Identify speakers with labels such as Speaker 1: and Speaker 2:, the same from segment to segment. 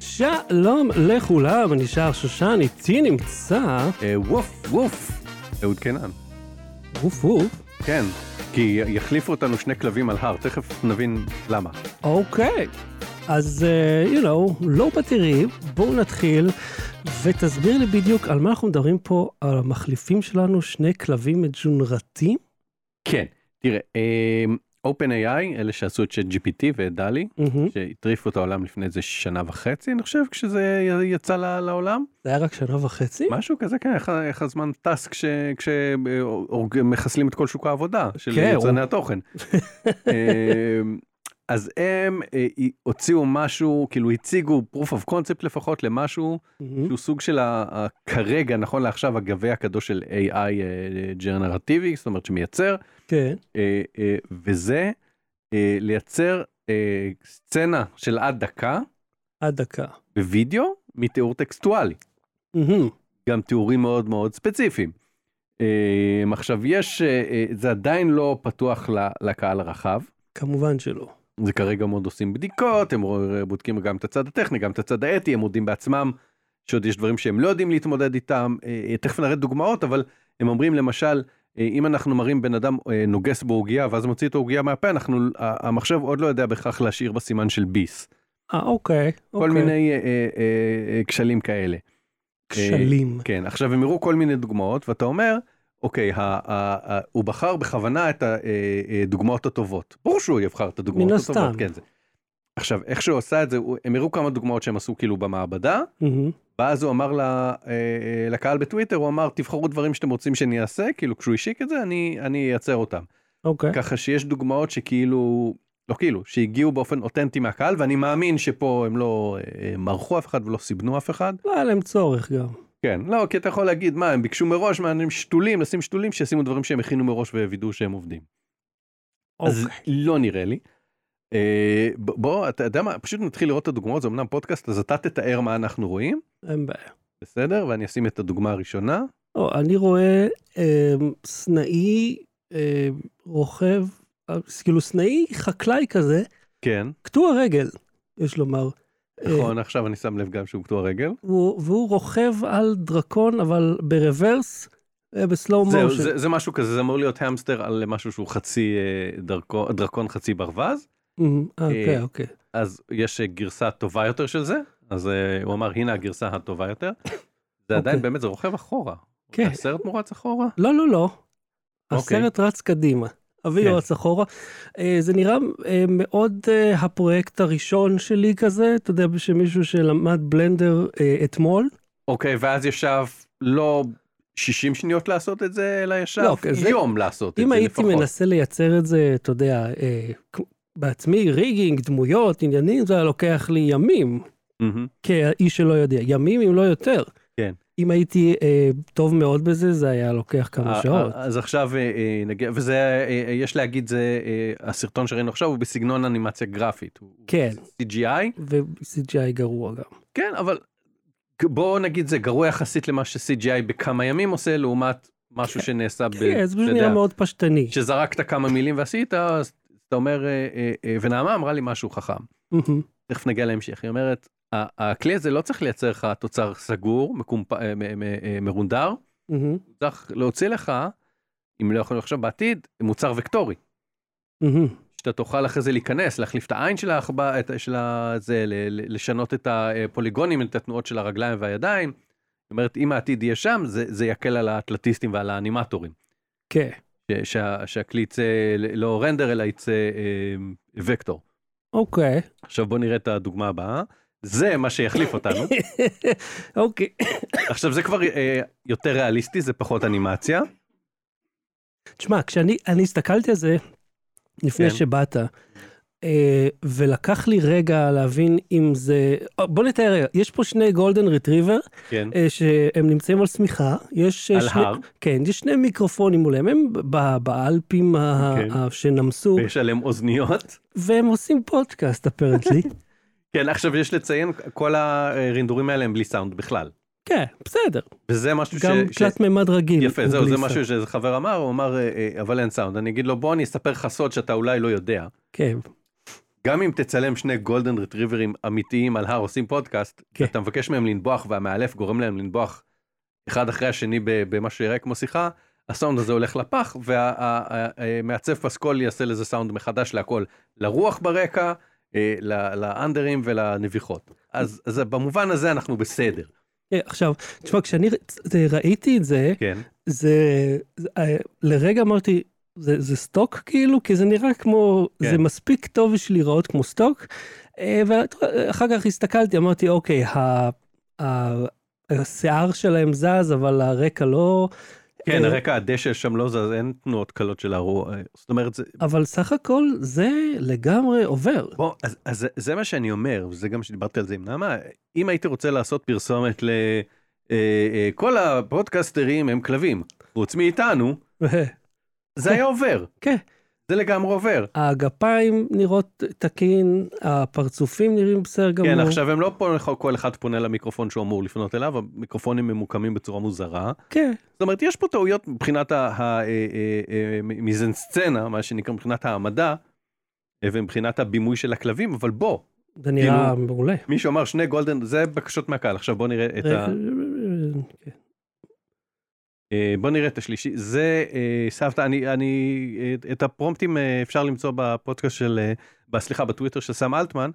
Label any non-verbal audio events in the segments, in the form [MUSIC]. Speaker 1: שלום לכולם, אני שער שושן, איתי נמצא
Speaker 2: אה, ווף, ווף. אהוד קנן.
Speaker 1: ווף ווף.
Speaker 2: כן, כי י- יחליפו אותנו שני כלבים על הר, תכף נבין למה.
Speaker 1: אוקיי. אז, אה, you know, לא בתירים, בואו נתחיל, ותסביר לי בדיוק על מה אנחנו מדברים פה, על המחליפים שלנו, שני כלבים מג'ונרתים.
Speaker 2: כן, תראה, אה, OpenAI, אלה שעשו את ChatGPT ואת דלי,
Speaker 1: מהמם.
Speaker 2: שהטריפו את העולם לפני איזה שנה וחצי, אני חושב, כשזה י- יצא ל- לעולם.
Speaker 1: זה היה רק שנה וחצי?
Speaker 2: משהו כזה, כן, איך, ה- איך הזמן טס כשמחסלים את כל שוק העבודה של
Speaker 1: כן,
Speaker 2: יצרני
Speaker 1: הוא-
Speaker 2: התוכן. אה, אז הם אה, הוציאו משהו, כאילו הציגו proof of concept לפחות למשהו
Speaker 1: מהמם.
Speaker 2: שהוא סוג של ה- ה- כרגע נכון לעכשיו הגביע הקדוש של AI אה, ג'נרטיבי זאת אומרת שמייצר
Speaker 1: כן.
Speaker 2: אה, אה, וזה אה, לייצר אה, סצנה של עד דקה
Speaker 1: עד דקה.
Speaker 2: בווידאו מתיאור טקסטואלי
Speaker 1: מהמם.
Speaker 2: גם תיאורים מאוד מאוד ספציפיים. אה, עכשיו יש אה, אה, זה עדיין לא פתוח ל- לקהל הרחב.
Speaker 1: כמובן שלא.
Speaker 2: זה כרגע הם עוד עושים בדיקות, הם רוא- בודקים גם את הצד הטכני, גם את הצד האתי, הם מודים בעצמם שעוד יש דברים שהם לא יודעים להתמודד איתם. אה, אה, תכף נראה דוגמאות, אבל הם אומרים למשל, אה, אם אנחנו מראים בן אדם אה, נוגס בעוגייה ואז מוציא את העוגייה מהפה, אנחנו, ה- המחשב עוד לא יודע בהכרח להשאיר בסימן של ביס.
Speaker 1: אה, אוקיי.
Speaker 2: כל
Speaker 1: אוקיי.
Speaker 2: מיני אה, אה, אה, כשלים כאלה.
Speaker 1: כשלים.
Speaker 2: כן, עכשיו הם הראו כל מיני דוגמאות, ואתה אומר, אוקיי, ה- ה- ה- הוא בחר בכוונה את הדוגמאות הטובות. ברור שהוא יבחר את הדוגמאות
Speaker 1: מן
Speaker 2: הטובות.
Speaker 1: הסתם.
Speaker 2: כן, זה. עכשיו, איך שהוא עשה את זה, הוא- הם הראו כמה דוגמאות שהם עשו כאילו במעבדה,
Speaker 1: מהמם.
Speaker 2: ואז הוא אמר ל- אה, אה, לקהל בטוויטר, הוא אמר, תבחרו דברים שאתם רוצים שאני אעשה, כאילו כשהוא השיק את זה, אני אני אייצר אותם.
Speaker 1: אוקיי.
Speaker 2: ככה שיש דוגמאות שכאילו, לא כאילו, שהגיעו באופן אותנטי מהקהל, ואני מאמין שפה הם לא אה, מרחו אף אחד ולא סיבנו אף אחד.
Speaker 1: לא היה להם צורך גם.
Speaker 2: כן, לא, כי אתה יכול להגיד, מה, הם ביקשו מראש, מה, הם שתולים, לשים שתולים, שישימו דברים שהם הכינו מראש ווידאו שהם עובדים. אז
Speaker 1: אוקיי.
Speaker 2: לא נראה לי. אה, ב- בוא, אתה יודע מה, פשוט נתחיל לראות את הדוגמאות, זה אמנם פודקאסט, אז אתה תתאר מה אנחנו רואים,
Speaker 1: אין בעיה.
Speaker 2: בסדר? ואני אשים את הדוגמה הראשונה.
Speaker 1: או, לא, אני רואה אה, סנאי אה, רוכב, אה, כאילו סנאי חקלאי כזה,
Speaker 2: כן,
Speaker 1: קטוע רגל, יש לומר. אה,
Speaker 2: נכון, עכשיו אני שם לב גם שהוא קטוע רגל.
Speaker 1: הוא, והוא רוכב על דרקון, אבל ברוורס, אה, בסלואו
Speaker 2: זהו,
Speaker 1: מושן.
Speaker 2: זה- זה משהו כזה, זה אמור להיות המסטר על משהו שהוא חצי אה, דרקו- דרקון, חצי ברווז.
Speaker 1: אמ, אה, אוקיי,
Speaker 2: אה,
Speaker 1: אוקיי.
Speaker 2: אז יש אה, גרסה טובה יותר של זה, אז אה, הוא אמר, הנה הגרסה הטובה יותר. זה
Speaker 1: אוקיי.
Speaker 2: עדיין באמת, זה רוכב אחורה.
Speaker 1: כן.
Speaker 2: הסרט מורץ אחורה?
Speaker 1: לא, לא, לא.
Speaker 2: אוקיי.
Speaker 1: הסרט רץ קדימה. אבי
Speaker 2: כן.
Speaker 1: רץ אחורה. אה, זה נראה אה, מאוד אה, הפרויקט הראשון שלי כזה, אתה יודע, שמישהו שלמד בלנדר אה, אתמול.
Speaker 2: אוקיי, ואז ישב לא 60 שניות לעשות את זה, אלא ישב
Speaker 1: לא, אוקיי, זה-
Speaker 2: יום לעשות את
Speaker 1: אם
Speaker 2: זה
Speaker 1: הייתי
Speaker 2: לפחות.
Speaker 1: מנסה לייצר את זה, אתה יודע, אה, כ- בעצמי, ריגינג, דמויות, עניינים, זה היה לוקח לי ימים,
Speaker 2: מהמם.
Speaker 1: כאיש שלא יודע, ימים אם לא יותר.
Speaker 2: כן.
Speaker 1: אם הייתי אה, טוב מאוד בזה, זה היה לוקח
Speaker 2: אה,
Speaker 1: כמה
Speaker 2: אה,
Speaker 1: שעות.
Speaker 2: אז עכשיו אה, אה, נגיע, וזה, אה, אה, יש להגיד, זה אה, הסרטון שראינו עכשיו הוא בסגנון אנימציה גרפית. הוא- הוא
Speaker 1: כן.
Speaker 2: CGI,
Speaker 1: ו-CGI גרוע גם.
Speaker 2: כן, אבל בואו נגיד זה גרוע יחסית למה ש-CGI בכמה ימים עושה, לעומת משהו שנעשה ב...
Speaker 1: כן, זה פשוט
Speaker 2: אתה
Speaker 1: נראה
Speaker 2: יודע,
Speaker 1: מאוד פשטני.
Speaker 2: שזרקת כמה מילים ועשית, אז אתה אומר, אה, אה, אה, ונעמה אמרה לי משהו חכם.
Speaker 1: מהמם.
Speaker 2: תכף נגיע להמשך, היא אומרת, "ה- הכלי הזה לא צריך לייצר לך תוצר סגור, מקומפ... אה, מ- מ- אה, מרונדר,
Speaker 1: מהמם.
Speaker 2: הוא צריך להוציא לך, אם לא יכולנו עכשיו בעתיד, מוצר וקטורי,
Speaker 1: מהמם.
Speaker 2: שאתה תוכל אחרי זה להיכנס, להחליף את העין של העכבה, את ה- של ה- זה, ל- ל- לשנות את הפוליגונים, את התנועות של הרגליים והידיים. זאת אומרת, אם העתיד יהיה שם, זה, זה יקל על האטלטיסטים ועל האנימטורים.
Speaker 1: כן,
Speaker 2: ש- שה- שהכלי יצא לא רנדר, אלא יצא אה, וקטור.
Speaker 1: אוקיי.
Speaker 2: עכשיו בוא נראה את הדוגמה הבאה. זה מה שיחליף אותנו.
Speaker 1: אוקיי.
Speaker 2: עכשיו זה כבר אה, יותר ריאליסטי, זה פחות אנימציה.
Speaker 1: תשמע, כשאני אני הסתכלתי על זה לפני
Speaker 2: כן.
Speaker 1: שבאת, אה, ולקח לי רגע להבין אם זה... אה, בוא נתאר רגע, יש פה שני גולדן רטריבר
Speaker 2: כן.
Speaker 1: אה, שהם נמצאים על שמיכה, יש... אה,
Speaker 2: על
Speaker 1: שני,
Speaker 2: הר,
Speaker 1: כן, יש שני מיקרופונים מולהם, הם ב- באלפים ה-
Speaker 2: כן.
Speaker 1: ה- שנמסו,
Speaker 2: ויש עליהם אוזניות.
Speaker 1: והם עושים פודקאסט אפרנטלי.
Speaker 2: [LAUGHS] כן, עכשיו יש לציין, כל הרינדורים האלה הם בלי סאונד בכלל. כן.
Speaker 1: כן, בסדר,
Speaker 2: וזה משהו ש...
Speaker 1: גם
Speaker 2: ש-
Speaker 1: תלת ממד רגיל.
Speaker 2: יפה,
Speaker 1: הוא
Speaker 2: זהו,
Speaker 1: בלי
Speaker 2: זה
Speaker 1: סאונד.
Speaker 2: משהו שאיזה חבר אמר, הוא אמר, אה, אה, אבל אין סאונד. אני אגיד לו, בוא אני אספר לך סוד שאתה אולי לא יודע.
Speaker 1: כן,
Speaker 2: גם אם תצלם שני גולדן רטריברים אמיתיים על הר עושים פודקאסט,
Speaker 1: כן.
Speaker 2: אתה מבקש מהם לנבוח והמאלף גורם להם לנבוח אחד אחרי השני ב- במה שיראה כמו שיחה, הסאונד הזה הולך לפח והמעצב פסקול יעשה לזה סאונד מחדש להכל, לרוח ברקע, אה, ל- לאנדרים ולנביחות. אז אז במובן הזה אנחנו בסדר.
Speaker 1: אה, עכשיו, תשמע, כשאני ר- ראיתי את זה,
Speaker 2: כן.
Speaker 1: זה, זה אה, לרגע אמרתי, זה, זה סטוק כאילו, כי זה נראה כמו,
Speaker 2: כן.
Speaker 1: כן. זה מספיק טוב בשביל להיראות כמו סטוק. אה, ואחר כך הסתכלתי, אמרתי, אוקיי, ה, ה, השיער שלהם זז, אבל הרקע לא...
Speaker 2: כן,
Speaker 1: אה,
Speaker 2: הרקע הדשא שם לא זז, אין תנועות קלות של הרוח. אה, זאת אומרת, זה,
Speaker 1: אבל סך הכל זה לגמרי עובר. [LAUGHS]
Speaker 2: בוא, אז, אז זה- זה מה שאני אומר, וזה גם שדיברתי על זה עם נעמה, אם הייתי רוצה לעשות פרסומת ל... אה, אה, כל הפודקסטרים הם כלבים, חוץ מאיתנו, זה היה עובר.
Speaker 1: כן.
Speaker 2: זה לגמרי עובר.
Speaker 1: הגפיים נראות תקין, הפרצופים נראים בסדר גמור.
Speaker 2: כן, עכשיו הם לא פה, כל אחד פונה למיקרופון שהוא אמור לפנות אליו, המיקרופונים ממוקמים בצורה מוזרה.
Speaker 1: כן,
Speaker 2: זאת אומרת, יש פה טעויות מבחינת אה, המיזנסצנה, מה שנקרא, מבחינת העמדה, אה, ומבחינת הבימוי של הכלבים, אבל בוא,
Speaker 1: זה נראה
Speaker 2: כאילו-
Speaker 1: מעולה.
Speaker 2: מי שאמר שני גולדן, זה בקשות מהקהל. עכשיו בוא נראה את
Speaker 1: [LAUGHS]
Speaker 2: ה...
Speaker 1: כן.
Speaker 2: אה, בוא נראה את השלישי. זה, אה, סבתא, אני, אני, אה, את הפרומפטים אה, אפשר למצוא בפודקאסט של, אה, ב- סליחה, בטוויטר של סם אלטמן,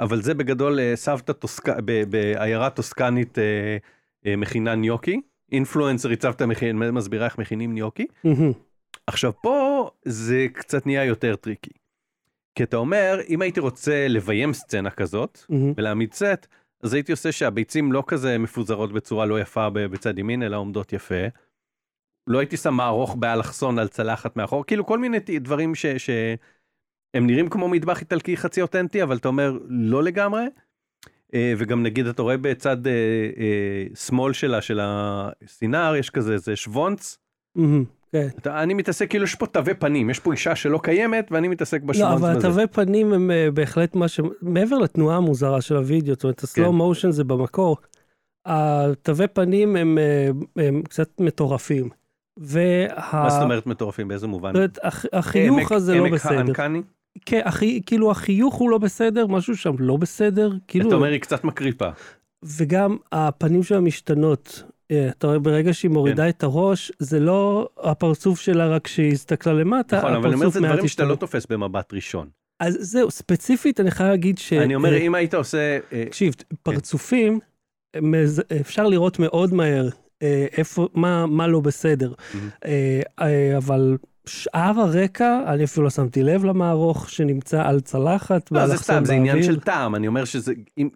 Speaker 2: אבל זה בגדול אה, סבתא טוסק... ב- בעיירה טוסקנית אה, אה, מכינה ניוקי. אינפלואנסרית סבתא מכין, מסבירה איך מכינים ניוקי.
Speaker 1: מהמם.
Speaker 2: עכשיו פה זה קצת נהיה יותר טריקי. כי אתה אומר, אם הייתי רוצה לביים סצנה כזאת,
Speaker 1: מהמם.
Speaker 2: ולהעמיד סט, אז הייתי עושה שהביצים לא כזה מפוזרות בצורה לא יפה ב- בצד ימין, אלא עומדות יפה. לא הייתי שם מערוך באלכסון על צלחת מאחור, כאילו כל מיני ת- דברים ש... ש... הם נראים כמו מטבח איטלקי חצי אותנטי, אבל אתה אומר לא לגמרי. אה, וגם נגיד אתה רואה בצד אה, אה, שמאל שלה, של הסינר, יש כזה איזה שוונץ.
Speaker 1: מהמם. כן.
Speaker 2: אתה, אני מתעסק כאילו יש פה תווי פנים, יש פה אישה שלא קיימת ואני מתעסק
Speaker 1: לא,
Speaker 2: בשוונץ
Speaker 1: אבל
Speaker 2: הזה.
Speaker 1: התווי פנים הם אה, בהחלט מה ש... מעבר לתנועה המוזרה של הוידאו, זאת אומרת,
Speaker 2: כן.
Speaker 1: הסלואו מושן זה במקור. התווי פנים הם, אה, הם קצת מטורפים. וה...
Speaker 2: מה זאת אומרת מטורפים, באיזה מובן?
Speaker 1: זאת אומרת, הח- החיוך
Speaker 2: עמק-
Speaker 1: הזה לא
Speaker 2: עמק
Speaker 1: בסדר.
Speaker 2: האנקני?
Speaker 1: כן, החי- כאילו החיוך הוא לא בסדר, משהו שם לא בסדר. כאילו,
Speaker 2: אתה אומר היא קצת מקריפה.
Speaker 1: וגם הפנים שלה משתנות. אה, אתה רואה, ברגע שהיא מורידה
Speaker 2: כן.
Speaker 1: את הראש, זה לא הפרצוף שלה רק שהיא הסתכלה למטה,
Speaker 2: נכון, אבל אני אומר
Speaker 1: הפרצוף
Speaker 2: זה
Speaker 1: מעט
Speaker 2: דברים שאתה
Speaker 1: השתנה.
Speaker 2: לא תופס במבט ראשון.
Speaker 1: אז זהו, ספציפית אני חייב להגיד ש...
Speaker 2: אני אומר
Speaker 1: אה,
Speaker 2: אם היית עושה, אה,
Speaker 1: תקשיב, פרצופים, מז- אפשר לראות מאוד מהר אה, איפה, מה, מה לא בסדר.
Speaker 2: Mm-hmm.
Speaker 1: אה, אה, אבל שאר הרקע, אני אפילו לא שמתי לב למערוך שנמצא על צלחת
Speaker 2: לא
Speaker 1: ועל
Speaker 2: זה
Speaker 1: אחסון
Speaker 2: סתם, זה
Speaker 1: באוויר.
Speaker 2: עניין של טעם, אני אומר שזה, אם-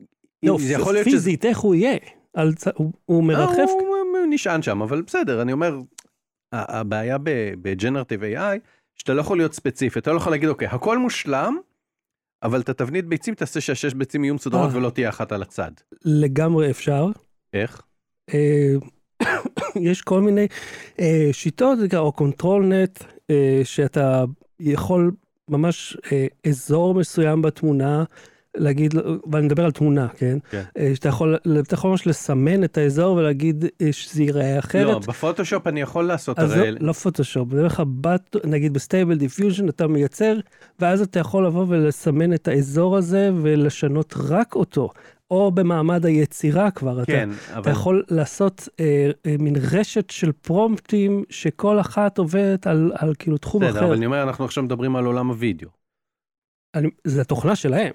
Speaker 2: אם
Speaker 1: לא,
Speaker 2: זה יכול להיות שזה,
Speaker 1: פיזית, איך הוא יהיה? על צ- הוא- הוא
Speaker 2: אה,
Speaker 1: מרחף?
Speaker 2: הוא נשען שם, אבל בסדר, אני אומר, ה- הבעיה בג'נרטיב AI, שאתה לא יכול להיות ספציפי, אתה לא יכול להגיד, אוקיי, הכל מושלם, אבל את התבנית ביצים תעשה שהשש ביצים יהיו מסודרות
Speaker 1: אה.
Speaker 2: ולא תהיה אחת על הצד.
Speaker 1: לגמרי אפשר.
Speaker 2: איך?
Speaker 1: אה, [COUGHS] יש כל מיני אה, שיטות, זה נקרא, או קונטרול נט, שאתה יכול ממש אה, אזור מסוים בתמונה, להגיד, לו- ואני מדבר על תמונה, כן?
Speaker 2: כן.
Speaker 1: אה, שאתה יכול, אתה יכול ממש לסמן את האזור ולהגיד אה, שזה ייראה אחרת.
Speaker 2: לא, בפוטושופ אני יכול לעשות
Speaker 1: אז לא,
Speaker 2: הרי,
Speaker 1: לא פוטושופ, זה לך בת, נגיד בסטייבל דיפיוז'ן אתה מייצר, ואז אתה יכול לבוא ולסמן את האזור הזה ולשנות רק אותו, או במעמד היצירה כבר, אתה
Speaker 2: כן,
Speaker 1: אתה
Speaker 2: אבל
Speaker 1: יכול לעשות אה, אה, מין רשת של פרומפטים שכל אחת עובדת על, על כאילו תחום
Speaker 2: בסדר,
Speaker 1: אחר.
Speaker 2: אבל
Speaker 1: אני...
Speaker 2: אני אומר, אנחנו עכשיו מדברים על עולם הוידאו.
Speaker 1: אני, זה התוכנה שלהם.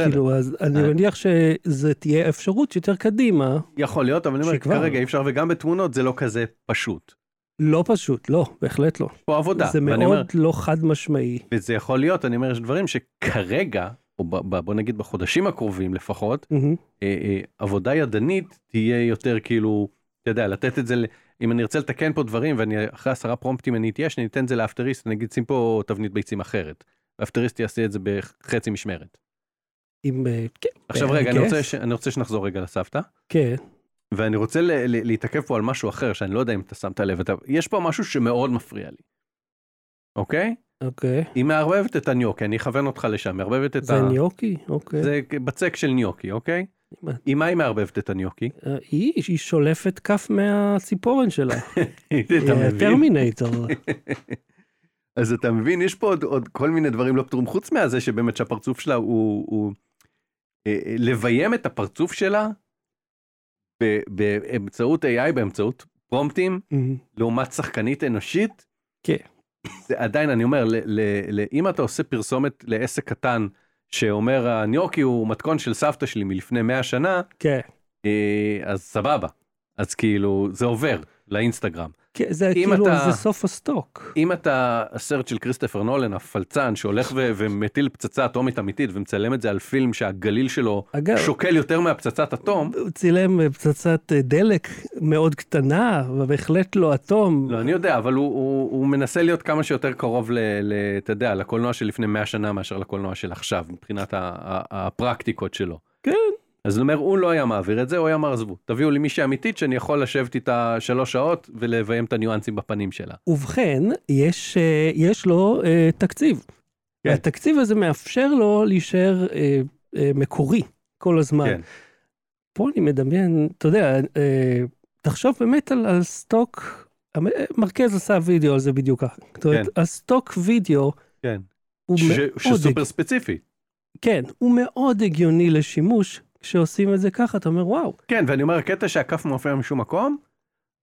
Speaker 2: בסדר.
Speaker 1: כאילו, אז אני
Speaker 2: אה.
Speaker 1: מניח שזה תהיה אפשרות שיותר קדימה.
Speaker 2: יכול להיות, אבל אני אומר,
Speaker 1: שכבר-
Speaker 2: כרגע אי אפשר, וגם בתמונות זה לא כזה פשוט.
Speaker 1: לא פשוט, לא, בהחלט לא.
Speaker 2: פה עבודה.
Speaker 1: זה מאוד
Speaker 2: ואני אומר,
Speaker 1: לא חד משמעי.
Speaker 2: וזה יכול להיות, אני אומר, יש דברים שכרגע, או ב, ב, בוא נגיד בחודשים הקרובים לפחות,
Speaker 1: מהמם.
Speaker 2: אה, אה, עבודה ידנית תהיה יותר כאילו, אתה יודע, לתת את זה, ל- אם אני ארצה לתקן פה דברים, ואני אחרי עשרה פרומפטים אני אתייאש, אני אתן את זה לאפטריסט, אני אגיד, שים פה תבנית ביצים אחרת. האפטריסט יעשה את זה בחצי משמרת.
Speaker 1: עם... אה, כן,
Speaker 2: עכשיו
Speaker 1: אה,
Speaker 2: רגע, אני
Speaker 1: כיף.
Speaker 2: רוצה, ש, אני רוצה שנחזור רגע לסבתא.
Speaker 1: כן,
Speaker 2: ואני רוצה ל- ל- להתעכב פה על משהו אחר שאני לא יודע אם אתה שמת לב, אתה... יש פה משהו שמאוד מפריע לי, אוקיי?
Speaker 1: אוקיי.
Speaker 2: היא מערבבת את הניוקי, אני אכוון אותך לשם, מערבבת את
Speaker 1: זה ניוקי? אוקיי.
Speaker 2: זה בצק של ניוקי, אוקיי?
Speaker 1: מה?
Speaker 2: עם מה היא מערבבת את הניוקי?
Speaker 1: אה, היא, היא שולפת כף מהציפורן שלה.
Speaker 2: [LAUGHS] אתה
Speaker 1: אה,
Speaker 2: מבין?
Speaker 1: טרמינטור.
Speaker 2: אז אתה מבין, יש פה עוד, עוד כל מיני דברים לא פתורים, חוץ מהזה שבאמת שהפרצוף שלה הוא... הוא אה, אה, לביים את הפרצוף שלה ב- באמצעות AI, באמצעות פרומפטים,
Speaker 1: מהמם.
Speaker 2: לעומת שחקנית אנושית,
Speaker 1: כן.
Speaker 2: זה עדיין, אני אומר, ל- ל- ל- אם אתה עושה פרסומת לעסק קטן, שאומר הניוקי הוא מתכון של סבתא שלי מלפני 100 שנה,
Speaker 1: כן.
Speaker 2: אה, אז סבבה. אז כאילו, זה עובר לאינסטגרם.
Speaker 1: כן, זה
Speaker 2: אם
Speaker 1: כאילו,
Speaker 2: אתה-
Speaker 1: זה סוף הסטוק.
Speaker 2: אם אתה הסרט של כריסטופר נולן, הפלצן, שהולך ו- ומטיל פצצה אטומית אמיתית ומצלם את זה על פילם שהגליל שלו
Speaker 1: אגב,
Speaker 2: שוקל יותר מהפצצת אטום,
Speaker 1: הוא צילם אה, פצצת אה, דלק מאוד קטנה, ובהחלט לא אטום.
Speaker 2: לא, אני יודע, אבל הוא, הוא, הוא מנסה להיות כמה שיותר קרוב, ל- ל- אתה יודע, לקולנוע של לפני 100 שנה מאשר לקולנוע של עכשיו, מבחינת ה- ה- הפרקטיקות שלו.
Speaker 1: כן.
Speaker 2: אז זאת אומרת, הוא לא היה מעביר את זה, הוא היה אומר, עזבו, תביאו לי מישהי אמיתית שאני יכול לשבת איתה שלוש שעות ולביים את הניואנסים בפנים שלה.
Speaker 1: ובכן, יש, אה, יש לו אה, תקציב.
Speaker 2: כן.
Speaker 1: והתקציב הזה מאפשר לו להישאר אה, אה, מקורי כל הזמן.
Speaker 2: כן.
Speaker 1: פה אני מדמיין, אתה יודע, אה, תחשוב באמת על, על סטוק, המ- אה, מרכז עשה וידאו על זה בדיוק ככה. זאת אומרת,
Speaker 2: כן.
Speaker 1: הסטוק וידאו
Speaker 2: כן.
Speaker 1: הוא
Speaker 2: ש-
Speaker 1: מאוד...
Speaker 2: שסופר ספציפי.
Speaker 1: כן, הוא מאוד הגיוני לשימוש, כשעושים את זה ככה, אתה אומר, וואו,
Speaker 2: כן, ואני אומר, הקטע שהכף מופיע משום מקום,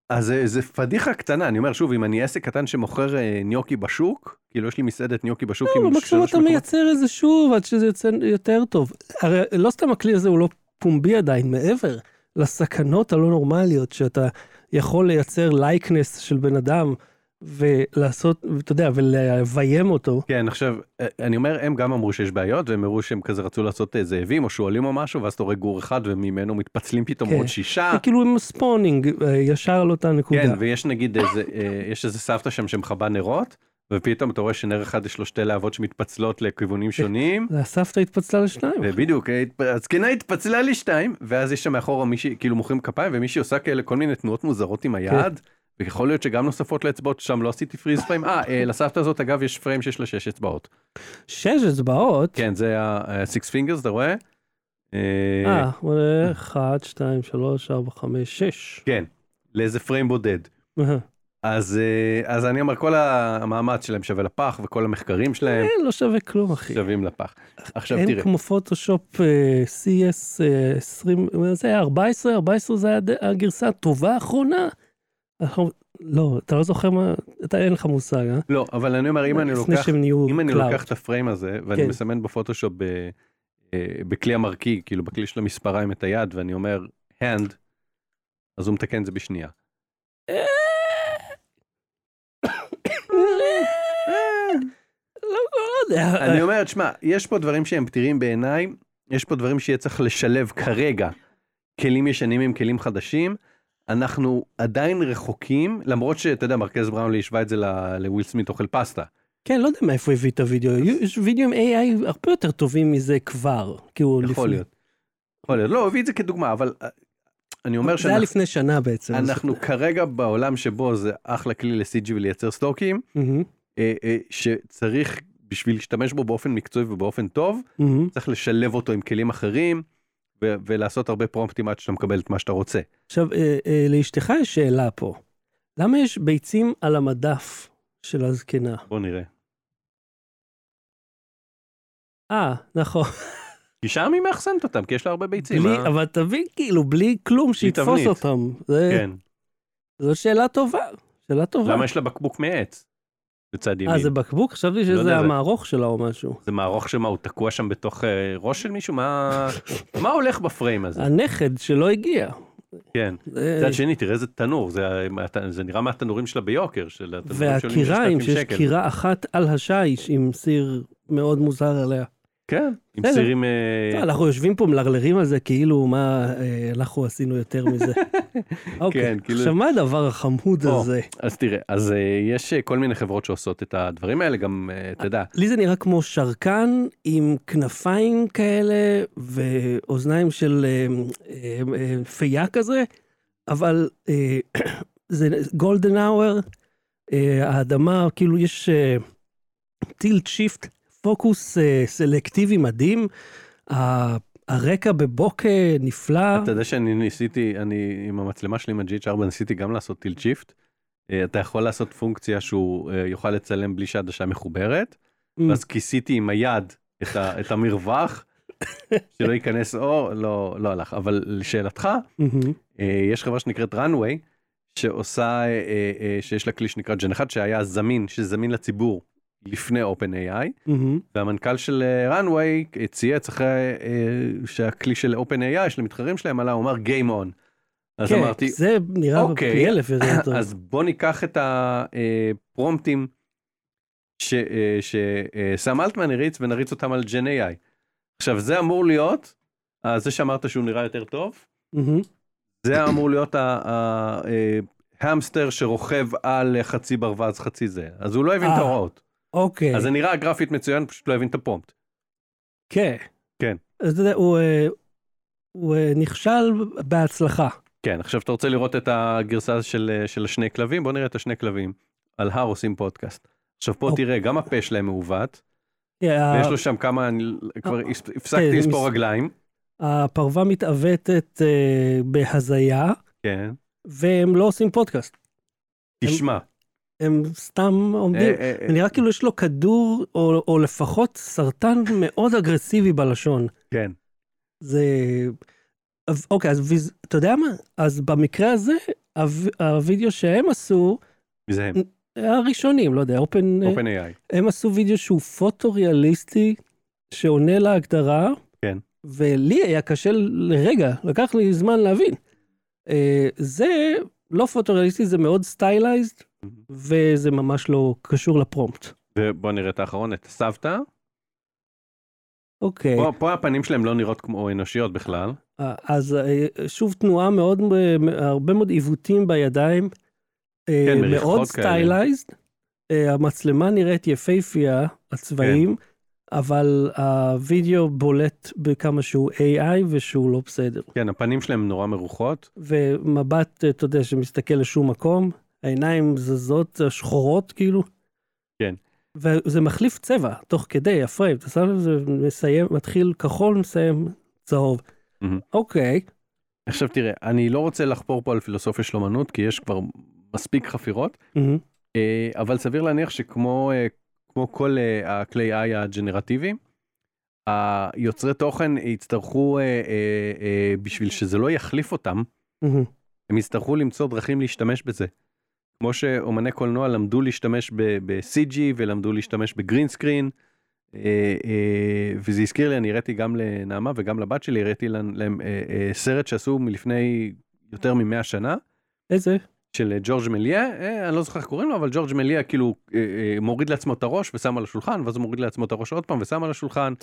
Speaker 2: אז זה- זה פדיחה קטנה, אני אומר שוב, אם אני עסק קטן שמוכר אה, ניוקי בשוק, כאילו יש לי מסעדת ניוקי בשוק
Speaker 1: לא,
Speaker 2: עם
Speaker 1: מקסימום
Speaker 2: שלוש
Speaker 1: אתה
Speaker 2: מקומות,
Speaker 1: מייצר את זה שוב, עד שזה יוצא יותר טוב. הרי לא סתם הכלי הזה הוא לא פומבי עדיין, מעבר לסכנות הלא נורמליות, שאתה יכול לייצר לייקנס של בן אדם, ולעשות, אתה יודע, ולביים אותו.
Speaker 2: כן, עכשיו, אה, אני אומר, הם גם אמרו שיש בעיות, והם הראו שהם כזה רצו לעשות אה, זאבים או שועלים או משהו, ואז אתה רואה גור אחד וממנו מתפצלים פתאום
Speaker 1: כן.
Speaker 2: עוד שישה.
Speaker 1: זה כאילו עם ספונינג, אה, ישר על אותה נקודה.
Speaker 2: אה. כן, ויש נגיד איזה, אה, יש איזה סבתא שם שמכבה נרות, ופתאום אתה רואה שנר אחד יש לו שתי להבות שמתפצלות לכיוונים
Speaker 1: כן.
Speaker 2: שונים.
Speaker 1: והסבתא התפצלה לשניים.
Speaker 2: ובדיוק, אה, התפ- הזקנה התפצלה לשתיים, ואז יש שם מאחורה מישהי, כאילו מוחאים כפיים, ומישהי עושה כאלה כל מיני תנועות מוזרות
Speaker 1: כן.
Speaker 2: עם היד, ויכול להיות שגם נוספות לאצבעות, שם לא עשיתי פריז פריים. אה, אה, לסבתא הזאת אגב יש פריים שיש לה שש אצבעות.
Speaker 1: שש אצבעות.
Speaker 2: כן, זה ה-six fingers, אתה רואה? אה,
Speaker 1: אה, אחת, שתיים, שלוש, ארבע, חמש, שש.
Speaker 2: כן, לאיזה פריים בודד. כן.
Speaker 1: אה,
Speaker 2: אז אה, אז אני אומר, כל המאמץ שלהם שווה לפח, וכל המחקרים שלהם
Speaker 1: אה, לא שווה כלום, אחי.
Speaker 2: שווים לפח. עכשיו
Speaker 1: אין
Speaker 2: תראה,
Speaker 1: כמו פוטושופ אה, CS אה, 20, אה, זה היה 14, 14 זה היה ד- הגרסה הטובה האחרונה. אנחנו- לא, אתה לא זוכר מה, אתה אין לך מושג, אה?
Speaker 2: לא, אבל אני אומר, אם אני
Speaker 1: לפני
Speaker 2: לוקח...
Speaker 1: שהם נהיו
Speaker 2: אם אני
Speaker 1: קלאוד.
Speaker 2: לוקח את הפריים הזה ואני
Speaker 1: כן.
Speaker 2: מסמן בפוטושופ ב, אה, בכלי המרכיב כאילו בכלי של המספריים את היד ואני אומר hand אז הוא מתקן את זה בשנייה.
Speaker 1: אה! לא, לא יודע.
Speaker 2: אני אומר תשמע יש פה דברים שהם פתירים בעיניי יש פה דברים שיהיה צריך לשלב כרגע כלים ישנים עם כלים חדשים. אנחנו עדיין רחוקים למרות שאתה יודע מרכז בראונלי השווה את זה ל- לוויל סמית אוכל פסטה.
Speaker 1: כן, לא יודע מאיפה הביא את הוידאו. יש וידאו עם AI הרבה יותר טובים מזה כבר. כאילו,
Speaker 2: יכול
Speaker 1: לפני-
Speaker 2: להיות. יכול להיות. לא הוא הביא את זה כדוגמה אבל אה, אני אומר
Speaker 1: זה היה
Speaker 2: שאנחנו
Speaker 1: לפני שנה בעצם.
Speaker 2: אנחנו כרגע בעולם שבו זה אחלה כלי ל-CG ולייצר סטוקים,
Speaker 1: מהמם,
Speaker 2: אה, אה, שצריך בשביל להשתמש בו באופן מקצועי ובאופן טוב,
Speaker 1: מהמם.
Speaker 2: צריך לשלב אותו עם כלים אחרים ו- ולעשות הרבה פרומפטים עד שאתה מקבל את מה שאתה רוצה.
Speaker 1: עכשיו, אה, אה, לאשתך יש שאלה פה. למה יש ביצים על המדף של הזקנה?
Speaker 2: בוא נראה.
Speaker 1: אה, נכון.
Speaker 2: כי שם היא מאחסנת אותם, כי יש לה הרבה ביצים.
Speaker 1: בלי,
Speaker 2: אה?
Speaker 1: אבל תבין, כאילו, בלי כלום שיתפוס
Speaker 2: תבנית.
Speaker 1: אותם. זה,
Speaker 2: כן.
Speaker 1: זו שאלה טובה, שאלה טובה.
Speaker 2: למה יש לה בקבוק מעץ? בצד
Speaker 1: אה,
Speaker 2: ימין.
Speaker 1: זה בקבוק? חשבתי
Speaker 2: לא
Speaker 1: שזה
Speaker 2: יודע, זה-
Speaker 1: המערוך שלה או משהו.
Speaker 2: זה מערוך שמה, הוא תקוע שם בתוך אה, ראש של מישהו? מה [LAUGHS] מה הולך בפריים הזה?
Speaker 1: אה, הנכד שלא הגיע.
Speaker 2: כן.
Speaker 1: זה-
Speaker 2: מצד שני, תראה איזה תנור, זה ה- זה נראה מהתנורים שלה ביוקר, של התנורים שעולים 6,000
Speaker 1: והקיריים, שיש
Speaker 2: שקל.
Speaker 1: קירה אחת על השיש עם סיר מאוד מוזר עליה.
Speaker 2: כן, עם
Speaker 1: בסדר. לא,
Speaker 2: סירים... אה,
Speaker 1: אנחנו יושבים פה מלרלרים על זה כאילו מה אה, אנחנו עשינו יותר
Speaker 2: [LAUGHS]
Speaker 1: מזה. אוקיי,
Speaker 2: כאילו-
Speaker 1: עכשיו מה הדבר החמוד
Speaker 2: או.
Speaker 1: הזה?
Speaker 2: אז תראה, אז אה, יש אה, כל מיני חברות שעושות את הדברים האלה, גם, אה, אתה יודע,
Speaker 1: לי זה נראה כמו שרקן עם כנפיים כאלה ואוזניים של אה, אה, אה, פייה כזה, אבל אה, [CLEARS THROAT] זה גולדן האואר, אה, האדמה, כאילו יש טילט שיפט, פוקוס אה, סלקטיבי מדהים, ה- הרקע בבוקה נפלא,
Speaker 2: אתה יודע שאני ניסיתי, אני עם המצלמה שלי עם ה-GH4 ניסיתי גם לעשות טיל שיפט, אה, אתה יכול לעשות פונקציה שהוא אה, יוכל לצלם בלי שהעדשה מחוברת,
Speaker 1: Mm.
Speaker 2: ואז כיסיתי עם היד את, ה, את המרווח, שלא ייכנס אור, לא, לא הלך. אבל לשאלתך,
Speaker 1: מהמם.
Speaker 2: אה, יש חברה שנקראת runway, שעושה, אה, אה, שיש לה כלי שנקרא ג'ן 1, שהיה זמין, שזמין לציבור לפני OpenAI,
Speaker 1: מהמם.
Speaker 2: והמנכ"ל של אה, runway אה, צייץ אחרי אה, שהכלי של OpenAI, של המתחרים שלהם, עלה, הוא אמר Game On. אז
Speaker 1: כן,
Speaker 2: אמרתי,
Speaker 1: זה נראה
Speaker 2: אוקיי,
Speaker 1: פי אלף יותר טוב.
Speaker 2: אז בוא ניקח את אה, הפרומפטים אה, שסם אלטמן הריץ ונריץ אותם על ג'ן AI. עכשיו זה אמור להיות, אה, זה שאמרת שהוא נראה יותר טוב,
Speaker 1: מהמם.
Speaker 2: זה אמור להיות ההמסטר שרוכב על חצי ברווז חצי זה, אז הוא לא הבין את
Speaker 1: אה.
Speaker 2: ההוראות.
Speaker 1: אוקיי,
Speaker 2: אז זה נראה גרפית מצוין, פשוט לא הבין את הפרומפט.
Speaker 1: כן.
Speaker 2: כן.
Speaker 1: אז אתה יודע, הוא, אה, הוא אה, נכשל בהצלחה.
Speaker 2: כן, עכשיו אתה רוצה לראות את הגרסה של, אה, של השני כלבים? בוא נראה את השני כלבים. על הר עושים פודקאסט. עכשיו פה
Speaker 1: אוקיי.
Speaker 2: תראה, גם הפה שלהם מעוות,
Speaker 1: אה,
Speaker 2: ויש לו שם כמה, אני כבר
Speaker 1: אה,
Speaker 2: הפס-
Speaker 1: כן,
Speaker 2: הפסקתי
Speaker 1: זה
Speaker 2: לספור
Speaker 1: מס-
Speaker 2: רגליים.
Speaker 1: הפרווה מתעוותת אה, בהזיה,
Speaker 2: כן.
Speaker 1: והם לא עושים פודקאסט.
Speaker 2: תשמע,
Speaker 1: הם סתם עומדים.
Speaker 2: אה, אה, אה,
Speaker 1: נראה כאילו יש לו כדור, או, או לפחות סרטן מאוד אגרסיבי בלשון.
Speaker 2: כן,
Speaker 1: זה... אז, אוקיי, אז ויז... אתה יודע מה? אז במקרה הזה, הו- הווידאו שהם עשו,
Speaker 2: זה הם,
Speaker 1: הראשונים, לא יודע, אופן...
Speaker 2: open AI.
Speaker 1: הם עשו וידאו שהוא פוטו-ריאליסטי, שעונה להגדרה.
Speaker 2: כן.
Speaker 1: ולי היה קשה לרגע, לקח לי זמן להבין. אה, זה לא פוטו-ריאליסטי, זה מאוד סטיילייזד,
Speaker 2: מהמם.
Speaker 1: וזה ממש לא קשור לפרומפט.
Speaker 2: ובוא נראה את האחרון, את
Speaker 1: אה.
Speaker 2: הסבתא.
Speaker 1: אוקיי,
Speaker 2: פה- פה הפנים שלהם לא נראות כמו אנושיות בכלל.
Speaker 1: אה, אז אה, שוב תנועה מאוד, אה, הרבה מאוד עיוותים בידיים. אה,
Speaker 2: כן, מריחות
Speaker 1: מאוד
Speaker 2: כאלה.
Speaker 1: סטיילייזד. אה, המצלמה נראית יפהפייה, הצבעים,
Speaker 2: כן.
Speaker 1: אבל הווידאו בולט בכמה שהוא AI ושהוא לא בסדר.
Speaker 2: כן, הפנים שלהם נורא מרוחות.
Speaker 1: ומבט, אה, אתה יודע, שמסתכל לשום מקום, העיניים זזות, אה, שחורות כאילו.
Speaker 2: כן.
Speaker 1: וזה מחליף צבע תוך כדי, הפריים, אתה שם לב, זה מסיים, מתחיל כחול, מסיים צהוב.
Speaker 2: מהמם.
Speaker 1: אוקיי,
Speaker 2: עכשיו תראה, אני לא רוצה לחפור פה על פילוסופיה של אומנות, כי יש כבר מספיק חפירות,
Speaker 1: מהמם,
Speaker 2: אה, אבל סביר להניח שכמו אה, כמו כל אה, הכלי AI הג'נרטיביים, היוצרי תוכן יצטרכו, אה, אה, אה, בשביל שזה לא יחליף אותם,
Speaker 1: מהמם.
Speaker 2: הם יצטרכו למצוא דרכים להשתמש בזה. כמו שאומני קולנוע למדו להשתמש ב- ב-CG ולמדו להשתמש בגרינסקרין, אה, אה, וזה הזכיר לי, אני הראיתי גם לנעמה וגם לבת שלי, הראיתי להם, להם אה, אה, סרט שעשו מלפני יותר מ-100 שנה,
Speaker 1: איזה?
Speaker 2: של אה, ג'ורג' מליה, אה, אני לא זוכר איך קוראים לו, אבל ג'ורג' מליה כאילו אה, אה, מוריד לעצמו את הראש ושם על השולחן, ואז הוא מוריד לעצמו את הראש עוד פעם ושם על השולחן,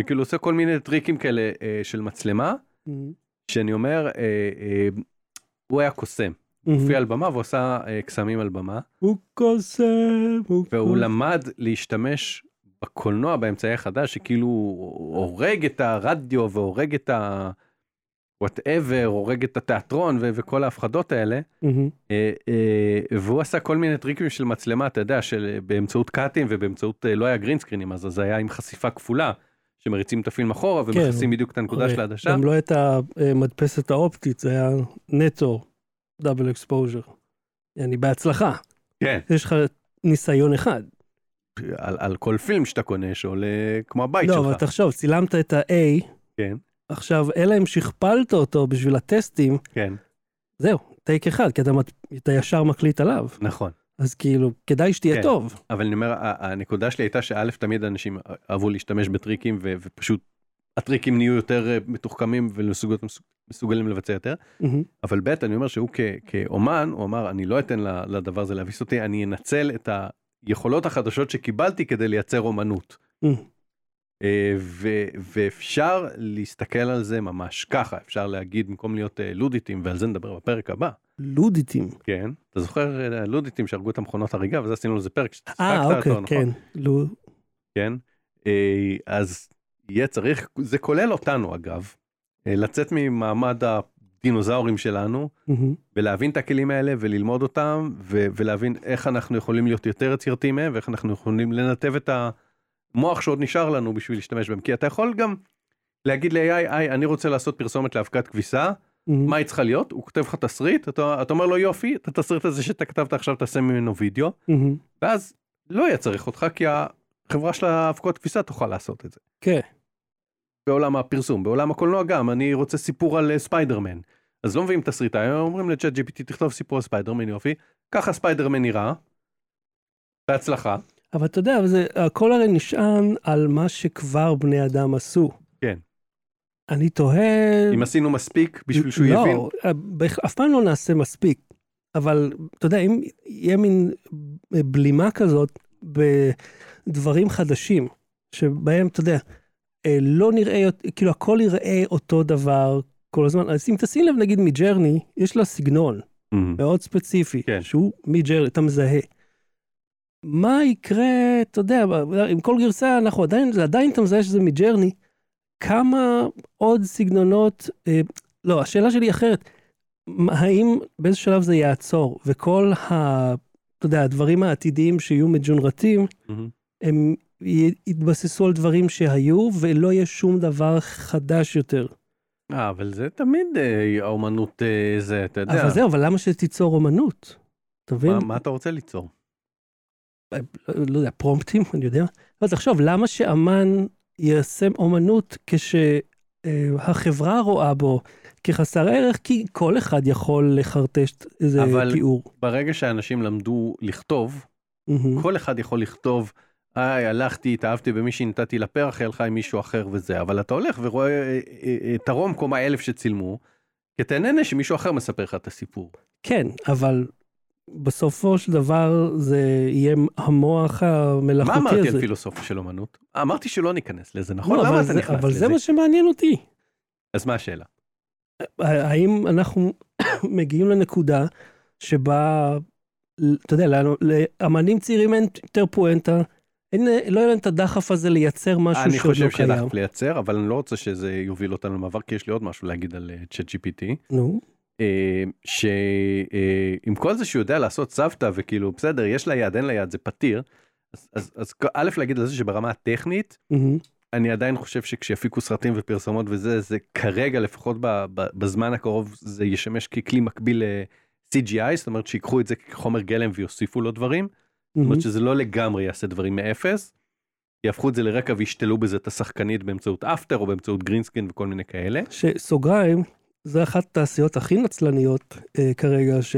Speaker 2: וכאילו עושה כל מיני טריקים כאלה אה, של מצלמה,
Speaker 1: מהמם,
Speaker 2: שאני אומר, אה, אה, הוא היה קוסם. מופיע על במה ועושה אה, קסמים על במה,
Speaker 1: הוא קוסם, הוא
Speaker 2: והוא
Speaker 1: קוסם.
Speaker 2: למד להשתמש בקולנוע באמצעי החדש, שכאילו הוא הורג את הרדיו והורג את ה... וואטאבר, הורג את התיאטרון ו- וכל ההפחדות האלה.
Speaker 1: מהמם,
Speaker 2: אה, אה, והוא עשה כל מיני טריקים של מצלמה, אתה יודע, של אה, באמצעות קאטים ובאמצעות, אה, לא היה גרינסקרינים אז, אז זה היה עם חשיפה כפולה, שמריצים את הפילם אחורה ומכסים בדיוק את הנקודה של העדשה.
Speaker 1: כן, גם לא את המדפסת האופטית, זה היה נטו דאבל אקספוז'ר. אני בהצלחה.
Speaker 2: כן.
Speaker 1: יש לך ניסיון אחד.
Speaker 2: על, על כל פילם שאתה קונה שעולה כמו הבית
Speaker 1: לא,
Speaker 2: שלך.
Speaker 1: אבל תחשוב, צילמת את ה-A,
Speaker 2: כן,
Speaker 1: עכשיו, אלא אם שכפלת אותו בשביל הטסטים,
Speaker 2: כן,
Speaker 1: זהו, טייק אחד, כי אתה, מת- אתה ישר מקליט עליו.
Speaker 2: נכון.
Speaker 1: אז כאילו, כדאי שתהיה
Speaker 2: כן.
Speaker 1: טוב.
Speaker 2: אבל אני אומר, ה- הנקודה שלי הייתה שא', תמיד אנשים אה, אהבו להשתמש בטריקים, ו- ופשוט הטריקים נהיו יותר אה, מתוחכמים ומסוגלים לבצע יותר.
Speaker 1: מהמם,
Speaker 2: אבל ב', אני אומר שהוא כ- כאומן, הוא אמר, אני לא אתן ל- לדבר הזה להביס אותי, אני אנצל את היכולות החדשות שקיבלתי כדי לייצר אומנות.
Speaker 1: מהמם.
Speaker 2: אה, ו- ואפשר להסתכל על זה ממש ככה, אפשר להגיד, במקום להיות אה, לודיטים, ועל זה נדבר בפרק הבא.
Speaker 1: לודיטים.
Speaker 2: כן. אתה זוכר אה, הלודיטים שהרגו את המכונות הריגה, וזה עשינו לזה פרק שצחקת
Speaker 1: אה, אוקיי,
Speaker 2: נכון?
Speaker 1: כן. לו-
Speaker 2: כן? אה, אז יהיה צריך, זה כולל אותנו אגב, אה, לצאת ממעמד הדינוזאורים שלנו
Speaker 1: מהמם,
Speaker 2: ולהבין את הכלים האלה וללמוד אותם ו- ולהבין איך אנחנו יכולים להיות יותר יצירתיים מהם ואיך אנחנו יכולים לנתב את המוח שעוד נשאר לנו בשביל להשתמש בהם. כי אתה יכול גם להגיד ל-AI, "היי, אני רוצה לעשות פרסומת לאבקת כביסה, מה היא צריכה להיות? הוא כותב לך תסריט, אתה, אתה אומר לו יופי, את התסריט הזה שאתה כתבת עכשיו תעשה ממנו וידאו,
Speaker 1: מהמם.
Speaker 2: ואז לא יהיה צריך אותך כי החברה של ההפקות כביסה תוכל לעשות את זה.
Speaker 1: כן.
Speaker 2: בעולם הפרסום, בעולם הקולנוע גם, אני רוצה סיפור על אה, ספיידרמן. אז לא מביאים תסריטאי, הם אומרים לצ'אט GPT תכתוב סיפור על ספיידרמן יופי, ככה ספיידרמן נראה, בהצלחה.
Speaker 1: אבל אתה יודע, אבל זה, הכל הרי נשען על מה שכבר בני אדם עשו.
Speaker 2: כן.
Speaker 1: אני תוהה...
Speaker 2: אם עשינו מספיק בשביל שהוא
Speaker 1: כן. לא,
Speaker 2: יבין,
Speaker 1: בהכ- אף פעם לא נעשה מספיק, אבל אתה יודע, אם יהיה מין בלימה כזאת בדברים חדשים, שבהם, אתה יודע, אה, לא נראה, יות- כאילו הכל יראה אותו דבר כל הזמן. אז אם תשים לב, נגיד מג'רני, יש לה סגנון
Speaker 2: אמ,
Speaker 1: מאוד ספציפי,
Speaker 2: כן.
Speaker 1: שהוא מג'רני, אתה מזהה. מה יקרה, אתה יודע, עם כל גרסה אנחנו עדיין, זה עדיין אתה מזהה שזה מג'רני, כמה עוד סגנונות, אה, לא, השאלה שלי היא אחרת, מה- האם באיזה שלב זה יעצור, וכל ה... אתה יודע, הדברים העתידיים שיהיו מג'ונרטים,
Speaker 2: אמ.
Speaker 1: הם י- יתבססו על דברים שהיו, ולא יהיה שום דבר חדש יותר.
Speaker 2: אה, אבל זה תמיד אה, האומנות אה, זה, אתה יודע,
Speaker 1: אבל זהו, אבל למה שתיצור אומנות? אתה מבין?
Speaker 2: מה- מה אתה רוצה ליצור?
Speaker 1: לא- לא יודע, פרומפטים, אני יודע. לא, תחשוב, למה שאמן ייישם אומנות כשהחברה רואה בו כחסר ערך? כי כל אחד יכול לחרטש איזה
Speaker 2: אבל-
Speaker 1: תיאור.
Speaker 2: ברגע שאנשים למדו לכתוב,
Speaker 1: מהמם.
Speaker 2: כל אחד יכול לכתוב, היי, הלכתי, התאהבתי במישהי, נתתי לה פרח, היא הלכה עם מישהו אחר וזה, אבל אתה הולך ורואה אה, אה, אה, את הרום קומה אלף שצילמו, כי אתה נהנה שמישהו אחר מספר לך את הסיפור.
Speaker 1: כן, אבל בסופו של דבר זה יהיה המוח
Speaker 2: מה
Speaker 1: המלאכותי הזה.
Speaker 2: אמרתי על פילוסופיה של אומנות? אמרתי שלא ניכנס לזה, נכון?
Speaker 1: לא,
Speaker 2: למה
Speaker 1: אבל
Speaker 2: אתה
Speaker 1: זה-
Speaker 2: נכנס
Speaker 1: אבל
Speaker 2: לזה?
Speaker 1: זה מה שמעניין אותי.
Speaker 2: אז מה השאלה?
Speaker 1: האם אנחנו [COUGHS] מגיעים לנקודה שבה, אתה יודע, לנו- לאמנים צעירים אין יותר פואנטה, אין, לא יהיה להם את הדחף הזה לייצר משהו
Speaker 2: אני
Speaker 1: שעוד
Speaker 2: חושב
Speaker 1: לא קיים.
Speaker 2: שדחף לייצר, אבל אני לא רוצה שזה יוביל אותנו למאבק, כי יש לי עוד משהו להגיד על אה, צ'אט GPT.
Speaker 1: נו,
Speaker 2: אמ, שעם אה, כל זה שהוא יודע לעשות סבתא וכאילו בסדר יש לה יד אין לה יד זה פתיר. אז, אז, אז א' להגיד על זה שברמה הטכנית
Speaker 1: מהמם,
Speaker 2: אני עדיין חושב שכשיפיקו סרטים ופרסומות וזה זה כרגע לפחות ב, ב, בזמן הקרוב זה ישמש ככלי מקביל אה, ל-CGI זאת אומרת שיקחו את זה כחומר גלם ויוסיפו לו דברים. זאת
Speaker 1: מהמם.
Speaker 2: אומרת שזה לא לגמרי יעשה דברים מאפס. יהפכו את זה לרקע וישתלו בזה את השחקנית באמצעות אפטר או באמצעות גרינסקין וכל מיני כאלה.
Speaker 1: שסוגריים, זה אחת התעשיות הכי נצלניות אה, כרגע, ש...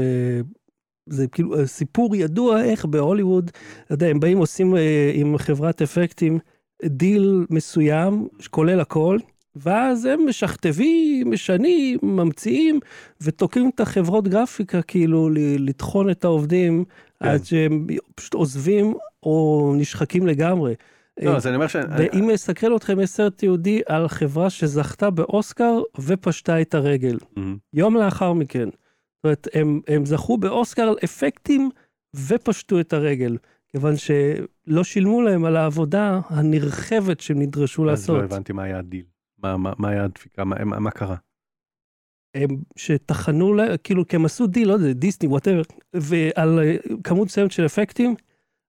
Speaker 1: זה כאילו אה, סיפור ידוע איך בהוליווד, אתה יודע, הם באים עושים אה, עם חברת אפקטים דיל מסוים, שכולל הכל, ואז הם משכתבים, משנים, ממציאים, ותוקעים את החברות גרפיקה כאילו ל- לטחון את העובדים,
Speaker 2: כן.
Speaker 1: עד שהם פשוט עוזבים או נשחקים לגמרי.
Speaker 2: לא,
Speaker 1: אה,
Speaker 2: אז אני אומר ש...
Speaker 1: ואם יסקרן אתכם, יש סרט יהודי על חברה שזכתה באוסקר ופשטה את הרגל.
Speaker 2: אמ,
Speaker 1: יום לאחר מכן. זאת אומרת, הם, הם זכו באוסקר על אפקטים ופשטו את הרגל, כיוון שלא שילמו להם על העבודה הנרחבת שהם נדרשו
Speaker 2: אז לא
Speaker 1: לעשות.
Speaker 2: הבנתי מה היה הדיל, מה, מה, מה היה הדפיקה, מה, מה, מה קרה.
Speaker 1: הם שטחנו, לה- כאילו, כי הם עשו דיל, לא יודע, דיסני, וואטאבר, ועל אה, כמות מסוימת של אפקטים,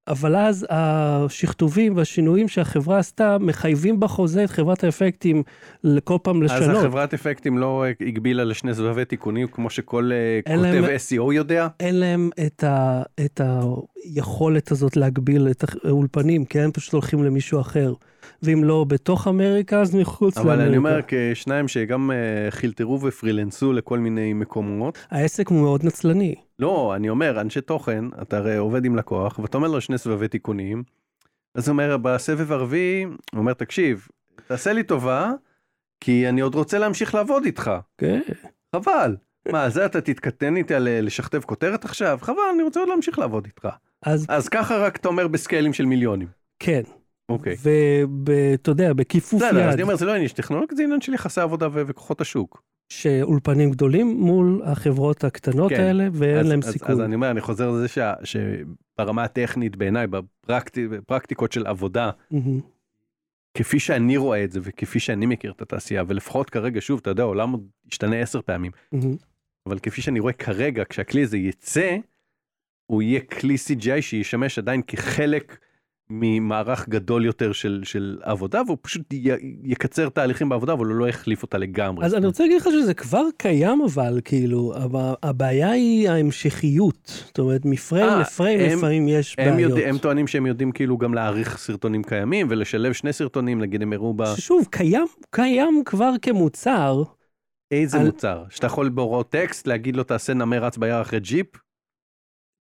Speaker 1: אבל אז השכתובים והשינויים שהחברה עשתה מחייבים בחוזה את חברת האפקטים לכל פעם
Speaker 2: אז
Speaker 1: לשנות.
Speaker 2: החברת אפקטים לא אה, הגבילה לשני סבבי תיקונים, כמו שכל אה,
Speaker 1: אין להם-
Speaker 2: כותב SEO יודע.
Speaker 1: אין להם את, ה, את היכולת הזאת להגביל את האולפנים, כי הם פשוט הולכים למישהו אחר. ואם לא בתוך אמריקה, אז מחוץ
Speaker 2: אבל
Speaker 1: לאמריקה.
Speaker 2: אני אומר כשניים שגם אה, חילטרו ופרילנסו לכל מיני מקומות.
Speaker 1: העסק הוא מאוד נצלני.
Speaker 2: לא, אני אומר, אנשי תוכן, אתה הרי עובד עם לקוח, ואתה אומר לו שני סבבי תיקונים, אז הוא אומר, בסבב הרביעי, הוא אומר, תקשיב, תעשה לי טובה, כי אני עוד רוצה להמשיך לעבוד איתך.
Speaker 1: כן.
Speaker 2: חבל. מה, זה אתה תתקטן איתי על אה, לשכתב כותרת עכשיו? חבל, אני רוצה עוד להמשיך לעבוד איתך.
Speaker 1: אז
Speaker 2: אז ככה רק אתה אומר בסקיילים של מיליונים.
Speaker 1: כן. [LAUGHS]
Speaker 2: אוקיי.
Speaker 1: ואתה יודע, בכיפוף
Speaker 2: בסדר, אז
Speaker 1: יד,
Speaker 2: אני אומר, זה לא עניין של טכנולוגיה, זה עניין של יחסי עבודה ו- וכוחות השוק.
Speaker 1: שאולפנים גדולים מול החברות הקטנות
Speaker 2: כן.
Speaker 1: האלה, ואין
Speaker 2: אז-
Speaker 1: להם
Speaker 2: אז-
Speaker 1: סיכוי.
Speaker 2: אז אני אומר, אני חוזר לזה שה- שברמה הטכנית בעיניי, בפרקטי- בפרקטיקות של עבודה,
Speaker 1: מהמם.
Speaker 2: כפי שאני רואה את זה וכפי שאני מכיר את התעשייה, ולפחות כרגע, שוב, אתה יודע, העולם עוד ישתנה עשר פעמים,
Speaker 1: מהמם.
Speaker 2: אבל כפי שאני רואה כרגע, כשהכלי הזה יצא, הוא יהיה כלי CGI שישמש עדיין כחלק ממערך גדול יותר של, של עבודה, והוא פשוט י, יקצר תהליכים בעבודה, אבל הוא לא יחליף אותה לגמרי.
Speaker 1: אז אני רוצה להגיד לך שזה כבר קיים אבל, כאילו, אבל הבעיה היא ההמשכיות. זאת אומרת, מפריים
Speaker 2: אה,
Speaker 1: לפריים
Speaker 2: הם-
Speaker 1: לפעמים יש
Speaker 2: הם,
Speaker 1: בעיות.
Speaker 2: יודע, הם טוענים שהם יודעים כאילו גם להעריך סרטונים קיימים ולשלב שני סרטונים, נגיד הם הראו ב...
Speaker 1: ששוב, קיים, קיים כבר כמוצר,
Speaker 2: איזה
Speaker 1: על-
Speaker 2: מוצר, שאתה יכול בהוראות טקסט להגיד לו תעשה נמר רץ ביער אחרי ג'יפ,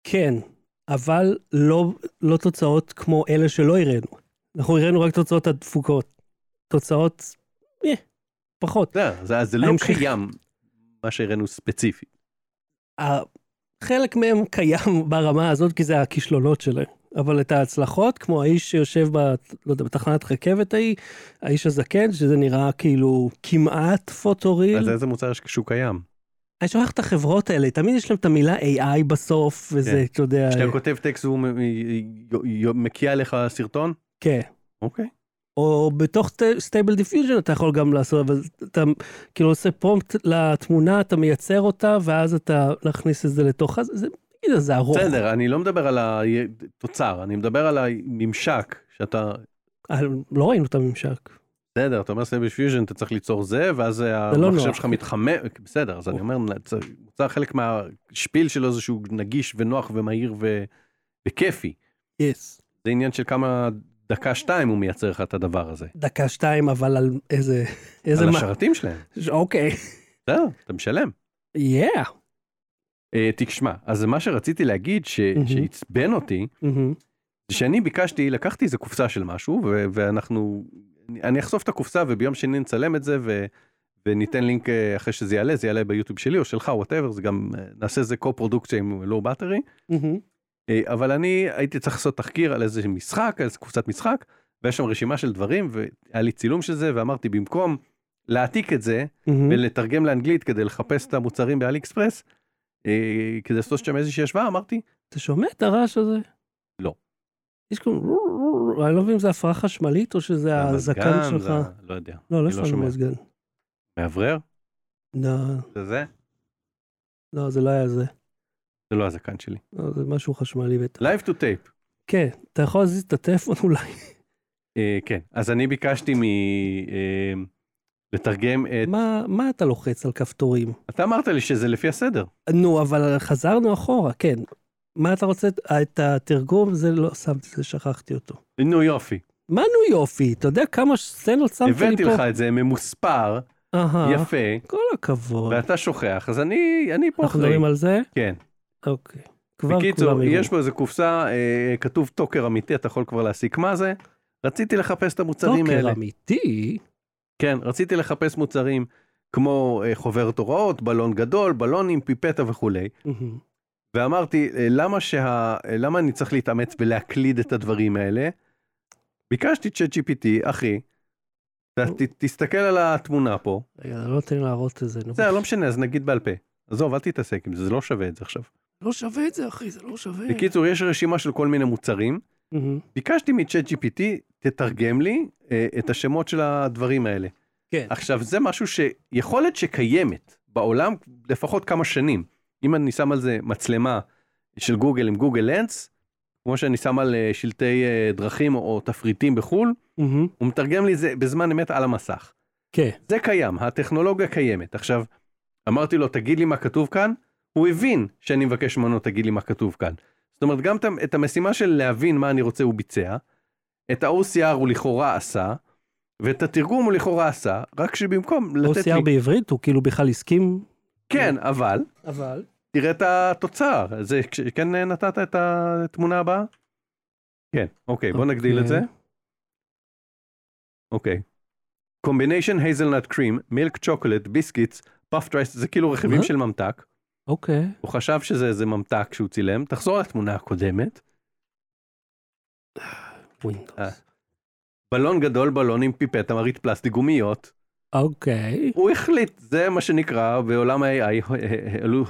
Speaker 1: כן, אבל לא, לא תוצאות כמו אלה שלא הראינו. אנחנו הראינו רק תוצאות הדפוקות. תוצאות, אה, פחות.
Speaker 2: אתה יודע, זה, זה לא
Speaker 1: ההמשך.
Speaker 2: קיים, מה שהראינו ספציפי.
Speaker 1: ה- חלק מהם קיים [LAUGHS] ברמה הזאת, כי זה הכישלונות שלהם. אבל את ההצלחות, כמו האיש שיושב ב... לא יודע, בתחנת רכבת ההיא, האיש הזקן, שזה נראה כאילו כמעט פוטוריל.
Speaker 2: אז איזה מוצר יש כשהוא קיים?
Speaker 1: אני שוכח את החברות האלה, תמיד יש להם את המילה AI בסוף, וזה,
Speaker 2: כן.
Speaker 1: אתה יודע...
Speaker 2: כשאתה כותב טקסט והוא מ- י- י- מקיע לך סרטון?
Speaker 1: כן.
Speaker 2: אוקיי.
Speaker 1: או בתוך סטייבל דיפיוז'ן אתה יכול גם לעשות, אבל אתה כאילו עושה פרומפט לתמונה, אתה מייצר אותה, ואז אתה מכניס את זה לתוך, אז זה, זה, זה ארוך.
Speaker 2: בסדר, אני לא מדבר על התוצר, אני מדבר על הממשק שאתה...
Speaker 1: אה, לא ראינו את הממשק.
Speaker 2: בסדר, אתה אומר סטייבל פיוז'ן, אתה צריך ליצור זה, ואז
Speaker 1: לא
Speaker 2: המחשב
Speaker 1: נוח.
Speaker 2: שלך מתחמם, בסדר, אז אני אומר, צ- מוצר חלק מהשפיל שלו זה שהוא נגיש ונוח ומהיר ו- וכיפי.
Speaker 1: יס.
Speaker 2: זה עניין של כמה דקה שתיים הוא מייצר לך את הדבר הזה.
Speaker 1: דקה שתיים, אבל על איזה, איזה
Speaker 2: על
Speaker 1: מה-
Speaker 2: השרתים שלהם,
Speaker 1: אוקיי.
Speaker 2: בסדר, אתה משלם.
Speaker 1: יא.
Speaker 2: אה, תשמע, אז מה שרציתי להגיד ש-
Speaker 1: מהמם.
Speaker 2: שעצבן אותי, זה שאני ביקשתי, לקחתי איזה קופסה של משהו, ו- ואנחנו, אני- אני אחשוף את הקופסה וביום שני נצלם את זה, ו- וניתן לינק אה, אחרי שזה יעלה, זה יעלה ביוטיוב שלי או שלך, וואטאבר, זה גם, אה, נעשה איזה קו-פרודוקציה עם לואו באטרי. אבל אני הייתי צריך לעשות תחקיר על איזה משחק, על איזה קופסת משחק, ויש שם רשימה של דברים, והיה לי צילום של זה, ואמרתי, במקום להעתיק את זה,
Speaker 1: Mm-hmm.
Speaker 2: ולתרגם לאנגלית כדי לחפש את המוצרים באלי אקספרס, אה, כדי לעשות שם איזושהי השוואה, אמרתי,
Speaker 1: אתה שומע את הרעש הזה?
Speaker 2: לא.
Speaker 1: יש כאילו, אני לא מבין אם זה הפרעה חשמלית או שזה הזקן
Speaker 2: המזגן,
Speaker 1: שלך.
Speaker 2: זה ה- לא יודע,
Speaker 1: לא, לא
Speaker 2: לא
Speaker 1: יש לנו
Speaker 2: שומע.
Speaker 1: מזגן.
Speaker 2: מאוורר?
Speaker 1: לא,
Speaker 2: זה זה?
Speaker 1: לא, זה לא היה זה.
Speaker 2: זה לא הזקן שלי.
Speaker 1: לא, זה משהו חשמלי בטח.
Speaker 2: Live to tape.
Speaker 1: כן, אתה יכול להזיז את הטלפון אולי.
Speaker 2: אה, כן, אז אני ביקשתי מ... אה, לתרגם את...
Speaker 1: מה, מה אתה לוחץ על כפתורים?
Speaker 2: אתה אמרת לי שזה לפי הסדר.
Speaker 1: נו, אבל חזרנו אחורה, כן. מה אתה רוצה? את התרגום, זה לא שמתי, זה שכחתי אותו.
Speaker 2: נו יופי,
Speaker 1: מה נו יופי? אתה יודע כמה סצנות שמתי לי פה? אה,
Speaker 2: הבאתי לך את זה ממוספר,
Speaker 1: אהה,
Speaker 2: יפה,
Speaker 1: כל הכבוד.
Speaker 2: ואתה שוכח, אז אני אני פה
Speaker 1: נכון. אנחנו
Speaker 2: אחרי.
Speaker 1: מדברים על זה?
Speaker 2: כן.
Speaker 1: אוקיי. כבר
Speaker 2: בקיצור,
Speaker 1: כולם יראו.
Speaker 2: יש פה איזה קופסה, אה, כתוב טוקר אמיתי, אתה יכול כבר להסיק מה זה. רציתי לחפש את המוצרים האלה.
Speaker 1: טוקר אוקיי, אמיתי?
Speaker 2: כן, רציתי לחפש מוצרים כמו אה, חוברת הוראות, בלון גדול, בלונים, פיפטה וכולי.
Speaker 1: מהמם.
Speaker 2: ואמרתי, אה, למה, שה... אה, למה אני צריך להתאמץ בלהקליד את הדברים האלה? ביקשתי צ'אט GPT, אחי, ת... ת... תסתכל על התמונה פה.
Speaker 1: רגע, לא נותן לי להראות את זה, נו.
Speaker 2: זה לא משנה, אז נגיד בעל פה. עזוב, אל תתעסק עם זה, זה לא שווה את זה עכשיו.
Speaker 1: לא שווה את זה, אחי, זה לא שווה.
Speaker 2: בקיצור, יש רשימה של כל מיני מוצרים.
Speaker 1: מהמם.
Speaker 2: ביקשתי מצ'אט GPT, תתרגם לי אה, את השמות של הדברים האלה.
Speaker 1: כן.
Speaker 2: עכשיו, זה משהו שיכולת שקיימת בעולם לפחות כמה שנים. אם אני שם על זה מצלמה של גוגל עם גוגל לנס, כמו שאני שם על אה, שלטי אה, דרכים או תפריטים בחו"ל,
Speaker 1: מהמם.
Speaker 2: הוא מתרגם לי זה בזמן אמת על המסך.
Speaker 1: כן.
Speaker 2: זה קיים, הטכנולוגיה קיימת. עכשיו, אמרתי לו, תגיד לי מה כתוב כאן, הוא הבין שאני מבקש ממנו, תגיד לי מה כתוב כאן. זאת אומרת, גם את ה- את המשימה של להבין מה אני רוצה הוא ביצע, את ה-OCR הוא לכאורה עשה, ואת התרגום הוא לכאורה עשה, רק שבמקום לתת לי...
Speaker 1: OCR בעברית, הוא כאילו בכלל הסכים,
Speaker 2: כן, אבל,
Speaker 1: אבל...
Speaker 2: תראה את התוצר. זה, כש- כן אה, נתת את התמונה הבאה? כן, אוקיי, בוא נגדיל את זה. אוקיי. קומביניישן הייזלנט קרים, מילק צ'וקולד, ביסקיטס, פאפ טרייסט, זה כאילו רכיבים
Speaker 1: מה?
Speaker 2: של ממתק.
Speaker 1: אוקיי.
Speaker 2: הוא חשב שזה איזה ממתק שהוא צילם. תחזור לתמונה הקודמת. אה.
Speaker 1: ווינדוס.
Speaker 2: בלון גדול, בלון עם פיפטה, מרית פלסטיק, גומיות.
Speaker 1: אוקיי.
Speaker 2: הוא החליט, זה מה שנקרא בעולם ה-AI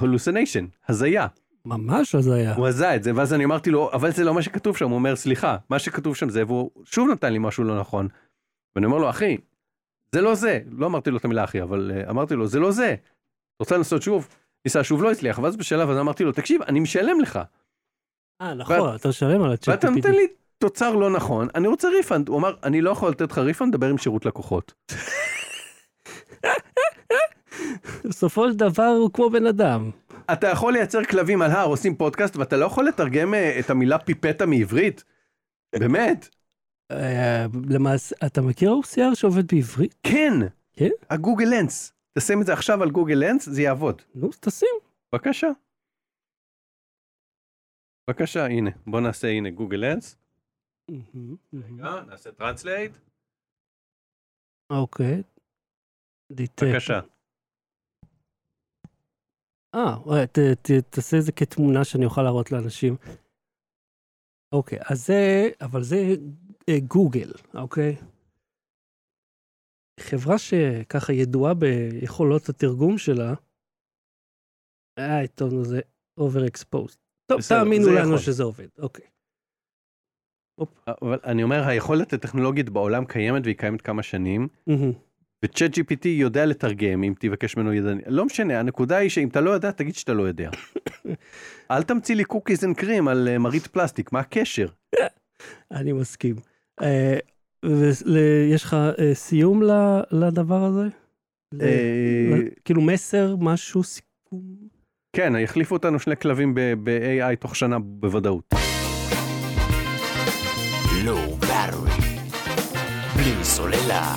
Speaker 2: הלוסניישן, הזיה.
Speaker 1: ממש הזיה.
Speaker 2: הוא עזה את זה, ואז אני אמרתי לו, אבל זה לא מה שכתוב שם, הוא אומר, סליחה, מה שכתוב שם זה, והוא שוב נתן לי משהו לא נכון. ואני אומר לו, אחי, זה לא זה, לא אמרתי לו את המילה אחי, אבל אה, אמרתי לו, זה לא זה. רוצה לנסות שוב? ניסה שוב, לא הצליח, ואז בשלב הזה אמרתי לו, תקשיב, אני משלם לך,
Speaker 1: אה, נכון, אתה שלם על הצ'אט.
Speaker 2: ואתה נותן לי תוצר לא נכון, אני רוצה ריפאנד. הוא אמר, אני לא יכול לתת לך ריפאנד, דבר עם שירות לקוחות.
Speaker 1: בסופו של דבר הוא כמו בן אדם.
Speaker 2: אתה יכול לייצר כלבים על הר, עושים פודקאסט, ואתה לא יכול לתרגם אה, את המילה פיפטה מעברית? באמת?
Speaker 1: אה, למעשה, אתה מכיר OCR שעובד בעברית?
Speaker 2: כן.
Speaker 1: כן?
Speaker 2: הגוגל לנס. תשים את זה עכשיו על גוגל לנס, זה יעבוד.
Speaker 1: נו, אז תשים.
Speaker 2: בבקשה. בבקשה, הנה. בוא נעשה, הנה, גוגל לנס. נעשה טרנסלייט.
Speaker 1: אוקיי. detect.
Speaker 2: בבקשה.
Speaker 1: אה, אולי, ת- ת- תעשה את זה כתמונה שאני אוכל להראות לאנשים. אוקיי, אז זה, אבל זה אה, גוגל, אוקיי? חברה שככה ידועה ביכולות התרגום שלה, אה, טוב, נו, זה overexposed. טוב,
Speaker 2: בסדר,
Speaker 1: תאמינו
Speaker 2: זה
Speaker 1: לנו
Speaker 2: יכול. שזה
Speaker 1: שזה עובד, אוקיי.
Speaker 2: אבל אני אומר, היכולת הטכנולוגית בעולם קיימת והיא קיימת כמה שנים, וצ'אט GPT יודע לתרגם אם תבקש ממנו ידני. לא משנה, הנקודה היא שאם אתה לא יודע, תגיד שאתה לא יודע. אל תמציא לי קוקיז אנד קרים על אה, מרית פלסטיק, מה הקשר?
Speaker 1: אני מסכים. אה, ו- ל- יש לך אה, סיום ל- לדבר הזה? ל-
Speaker 2: אה,
Speaker 1: ל- כאילו מסר, משהו, סיכום?
Speaker 2: כן, יחליפו אותנו שני כלבים ב- ב-AI תוך שנה בוודאות.
Speaker 3: Low battery. בלי סוללה.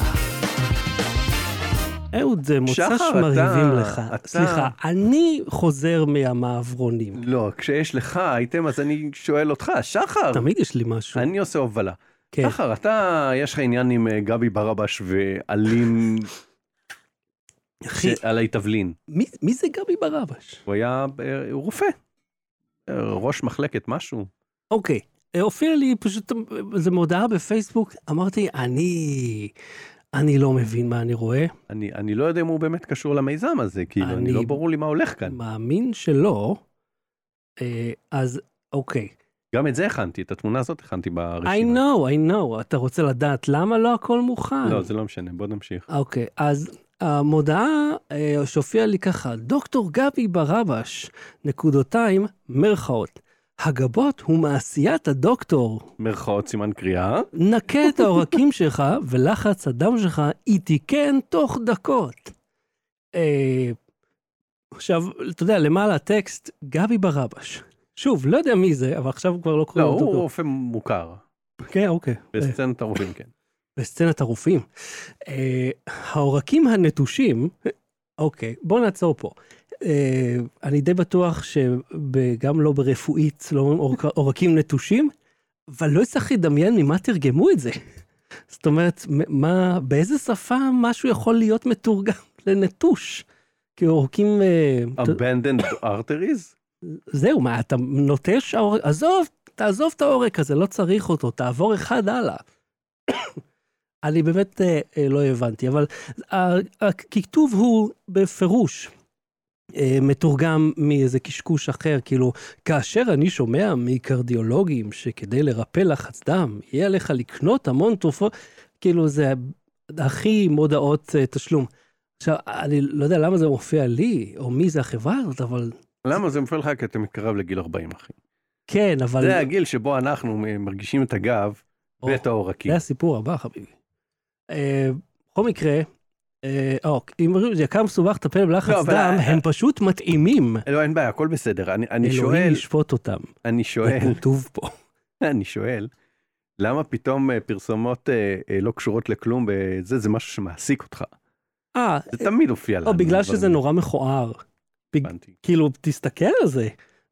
Speaker 1: אהוד, זה מוצא
Speaker 2: שחר,
Speaker 1: שמרהיבים
Speaker 2: אתה-
Speaker 1: לך.
Speaker 2: אתה-
Speaker 1: סליחה, אני חוזר מהמעברונים.
Speaker 2: לא, כשיש לך אייטם אז אני שואל אותך, שחר,
Speaker 1: תמיד יש לי משהו.
Speaker 2: אני עושה הובלה.
Speaker 1: כן.
Speaker 2: שחר, אתה, יש לך עניין עם אה, גבי ברבש ואלים
Speaker 1: [LAUGHS] אחי,
Speaker 2: ש- עלי תבלין.
Speaker 1: מי- מי זה גבי ברבש?
Speaker 2: הוא היה אה, הוא רופא, אה, ראש מחלקת משהו.
Speaker 1: אוקיי. אה, הופיע לי פשוט איזו מודעה בפייסבוק, אמרתי, אני... אני לא מבין מה אני רואה,
Speaker 2: אני, אני לא יודע אם הוא באמת קשור למיזם הזה, כאילו, אני,
Speaker 1: אני-
Speaker 2: לא ברור לי מה הולך כאן.
Speaker 1: מאמין שלא. אה, אז אוקיי.
Speaker 2: גם את זה הכנתי, את התמונה הזאת הכנתי
Speaker 1: I
Speaker 2: ברשימה.
Speaker 1: know, I know, אתה רוצה לדעת למה לא הכל מוכן.
Speaker 2: לא, זה לא משנה, בוא נמשיך.
Speaker 1: אוקיי, אז המודעה אה, שהופיעה לי ככה, דוקטור גבי ברבש, נקודותיים, מירכאות. הגבות הוא מעשיית הדוקטור.
Speaker 2: מירכאות סימן קריאה.
Speaker 1: נקה את
Speaker 2: [LAUGHS]
Speaker 1: העורקים שלך ולחץ הדם שלך יתיקן תוך דקות. אה, עכשיו, אתה יודע, למעלה הטקסט, גבי ברבש. שוב, לא יודע מי זה, אבל עכשיו כבר לא
Speaker 2: לא,
Speaker 1: קוראים
Speaker 2: הוא
Speaker 1: אותו.
Speaker 2: רופא מוכר.
Speaker 1: כן, אוקיי. אה,
Speaker 2: בסצנת הרופאים, כן.
Speaker 1: בסצנת הרופאים. אה, העורקים הנטושים, אוקיי, בוא נעצור פה. אה, אני די בטוח שגם לא ברפואית, לא אומרים עורק- עורקים נטושים, אבל לא הצלחתי לדמיין ממה תרגמו את זה. זאת אומרת, מ- מה, באיזה שפה משהו יכול להיות מתורגם לנטוש? כי עורקים... אה, אתה-
Speaker 2: Abandoned arteries?
Speaker 1: זהו, מה, אתה נוטש העורק? עזוב, תעזוב את העורק הזה, לא צריך אותו, תעבור אחד הלאה. [COUGHS] אני באמת אה, אה, לא הבנתי, אבל ה- הכיתוב הוא בפירוש אה, מתורגם מאיזה קשקוש אחר, כאילו, כאשר אני שומע מקרדיולוגים שכדי לרפא לחץ דם, יהיה עליך לקנות המון תרופות, כאילו זה הכי מודעות אה, תשלום. עכשיו, אני לא יודע למה זה מופיע לי, או מי זה החברה הזאת, אבל
Speaker 2: למה זה מפריע לך? כי אתה מתקרב לגיל 40, אחי.
Speaker 1: כן, אבל...
Speaker 2: זה הגיל שבו אנחנו אה, מרגישים את הגב
Speaker 1: או,
Speaker 2: ואת העורקים.
Speaker 1: זה הסיפור הבא, חביבי. אה, בכל מקרה, אה, או, אם אומרים שיקר מסובך לטפל בלחץ
Speaker 2: לא, אבל-
Speaker 1: דם, הם פשוט מתאימים.
Speaker 2: לא, אין בעיה, הכל בסדר. אני- אני
Speaker 1: אלוהים
Speaker 2: שואל,
Speaker 1: ישפוט אותם.
Speaker 2: אני
Speaker 1: זה [LAUGHS]
Speaker 2: שואל, [LAUGHS]
Speaker 1: כתוב פה.
Speaker 2: אני שואל, למה פתאום אה, פרסומות אה, אה, לא קשורות לכלום וזה, זה משהו שמעסיק אותך.
Speaker 1: אה,
Speaker 2: זה תמיד הופיע לנו.
Speaker 1: או בגלל
Speaker 2: דברים
Speaker 1: שזה נורא מכוער.
Speaker 2: הבנתי.
Speaker 1: כאילו, תסתכל על זה.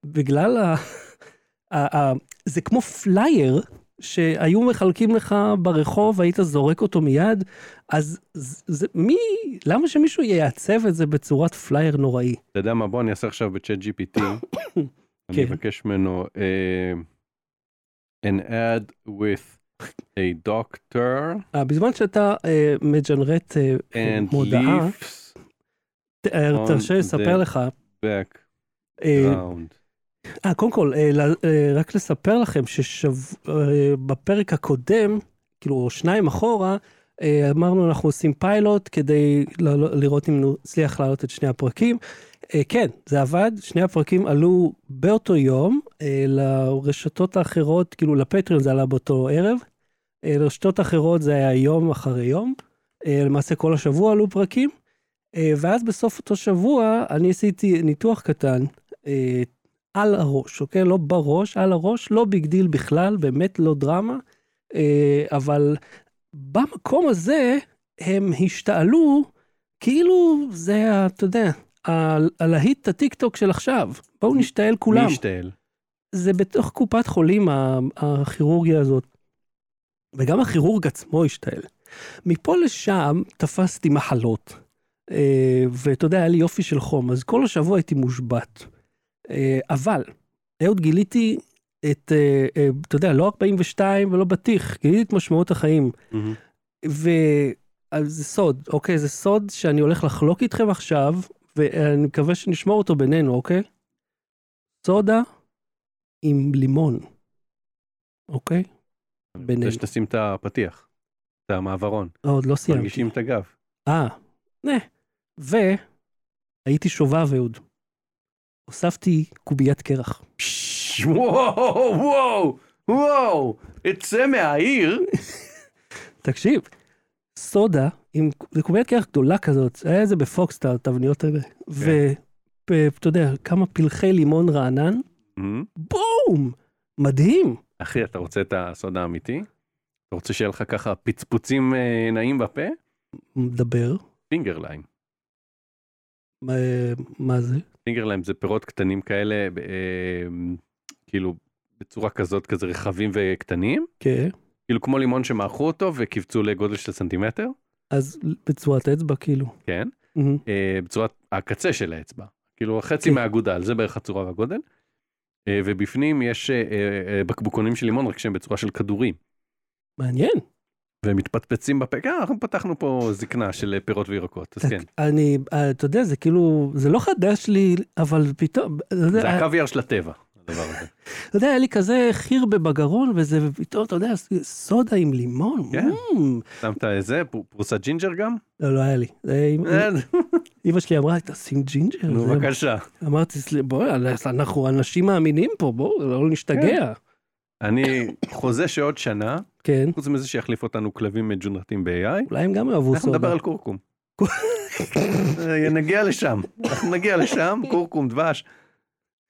Speaker 1: בגלל ה... [LAUGHS] ה- ה- זה כמו פלייר שהיו מחלקים לך ברחוב, היית זורק אותו מיד, אז זה- זה מי... למה שמישהו ייעצב את זה בצורת פלייר נוראי?
Speaker 2: אתה יודע מה, בוא אני אעשה עכשיו בצ'אט
Speaker 1: [COUGHS]
Speaker 2: GPT. אני
Speaker 1: כן.
Speaker 2: אבקש ממנו, אה, an ad with a doctor
Speaker 1: אה, בזמן שאתה אה, מג'נרט אה,
Speaker 2: and
Speaker 1: מודעה,
Speaker 2: leaves
Speaker 1: ת- אה,
Speaker 2: on
Speaker 1: תרשה לי לספר
Speaker 2: the-
Speaker 1: לך,
Speaker 2: background.
Speaker 1: אה, אה, קודם כל, אה, ל- אה, רק אה, לספר לכם שבפרק הקודם, כאילו שניים אחורה, אה, אמרנו, אנחנו עושים פיילוט כדי ל- ל- לראות אם נצליח להעלות את שני הפרקים. אה, כן, זה עבד, שני הפרקים עלו באותו יום אה, לרשתות האחרות, כאילו לפטריון זה עלה באותו ערב, אה, לרשתות האחרות זה היה יום אחרי יום, אה, למעשה כל השבוע עלו פרקים, אה, ואז בסוף אותו שבוע אני עשיתי ניתוח קטן אה, על הראש, אוקיי? לא בראש, על הראש, לא ביג דיל בכלל, באמת לא דרמה, אה, אבל במקום הזה הם השתעלו כאילו זה, ה- אתה יודע, ה- הלהיט הטיקטוק של עכשיו. בואו נשתעל כולם.
Speaker 2: מי ישתעל?
Speaker 1: זה בתוך קופת חולים, ה- הכירורגיה הזאת. וגם הכירורג עצמו השתעל. מפה לשם תפסתי מחלות. אה, ואתה יודע, היה לי יופי של חום, אז כל השבוע הייתי מושבת. אה, אבל, אהוד גיליתי את, אה, אה, אתה יודע, לא 42 ולא בטיח, גיליתי את משמעות החיים.
Speaker 2: מהמם.
Speaker 1: וזה סוד, אוקיי? זה סוד שאני הולך לחלוק איתכם עכשיו, ואני מקווה שנשמור אותו בינינו, אוקיי? סודה עם לימון, אוקיי?
Speaker 2: אני
Speaker 1: בינינו.
Speaker 2: רוצה שתשים את הפתיח, את המעברון.
Speaker 1: לא, עוד לא סיימתי.
Speaker 2: מרגישים את הגב.
Speaker 1: אה, נה. והייתי שובב, אהוד. הוספתי קוביית קרח.
Speaker 2: פש, וואו, וואו, וואו, אצא מהעיר.
Speaker 1: תקשיב, סודה, עם, זה קוביית קרח גדולה כזאת, היה איזה בפוקסטאר, התבניות האלה. ואתה יודע, כמה פלחי לימון רענן,
Speaker 2: מהמם.
Speaker 1: בום! מדהים.
Speaker 2: Mm-hmm. אחי, אתה רוצה את הסוד האמיתי? אתה רוצה שיהיה לך ככה פצפוצים אה, נעים בפה?
Speaker 1: מדבר,
Speaker 2: פינגר ליים.
Speaker 1: מה, מה זה?
Speaker 2: פינגר ליים זה פירות קטנים כאלה, ב- אה, כאילו בצורה כזאת, כזה רחבים וקטנים.
Speaker 1: כן.
Speaker 2: כאילו כמו לימון שמעכו אותו וקיבצו לגודל של סנטימטר,
Speaker 1: אז בצורת אצבע, כאילו.
Speaker 2: כן,
Speaker 1: מהמם.
Speaker 2: אה, בצורת הקצה של האצבע, כאילו החצי
Speaker 1: כן.
Speaker 2: מהאגודל, זה בערך הצורה והגודל. אה, ובפנים יש אה, אה, אה, בקבוקונים של לימון, רק שהם בצורה של כדורים.
Speaker 1: מעניין.
Speaker 2: והם מתפצפצים בפה, כן, אנחנו פתחנו פה זקנה של אה, פירות וירקות, אז
Speaker 1: אתה-
Speaker 2: כן.
Speaker 1: אני, אה, אתה יודע, זה כאילו, זה לא חדש לי, אבל פתאום, אתה יודע,
Speaker 2: זה הקוויאר של הטבע, הדבר הזה.
Speaker 1: אתה יודע, היה לי כזה חיר בבגרון וזה, ופתאום, אתה יודע, סודה עם לימון.
Speaker 2: כן.
Speaker 1: מ,
Speaker 2: שמת איזה, פר- פרוסת ג'ינג'ר גם?
Speaker 1: לא, לא היה לי. זה היה עם-
Speaker 2: אה,
Speaker 1: אמא שלי אמרה, תשים ג'ינג'ר.
Speaker 2: נו,
Speaker 1: זה-
Speaker 2: בבקשה.
Speaker 1: אמרתי, "סל- בואי, אנחנו אנשים מאמינים פה, בואו,
Speaker 2: כן.
Speaker 1: לא נשתגע.
Speaker 2: אני חוזה שעוד שנה,
Speaker 1: כן,
Speaker 2: חוץ מזה שיחליף אותנו כלבים מג'ונרטים ב-AI,
Speaker 1: אולי הם גם אהבו
Speaker 2: אנחנו נדבר
Speaker 1: סודה.
Speaker 2: על קורקום. [LAUGHS] אה, נגיע לשם, אנחנו נגיע
Speaker 1: [LAUGHS]
Speaker 2: לשם, קורקום, דבש.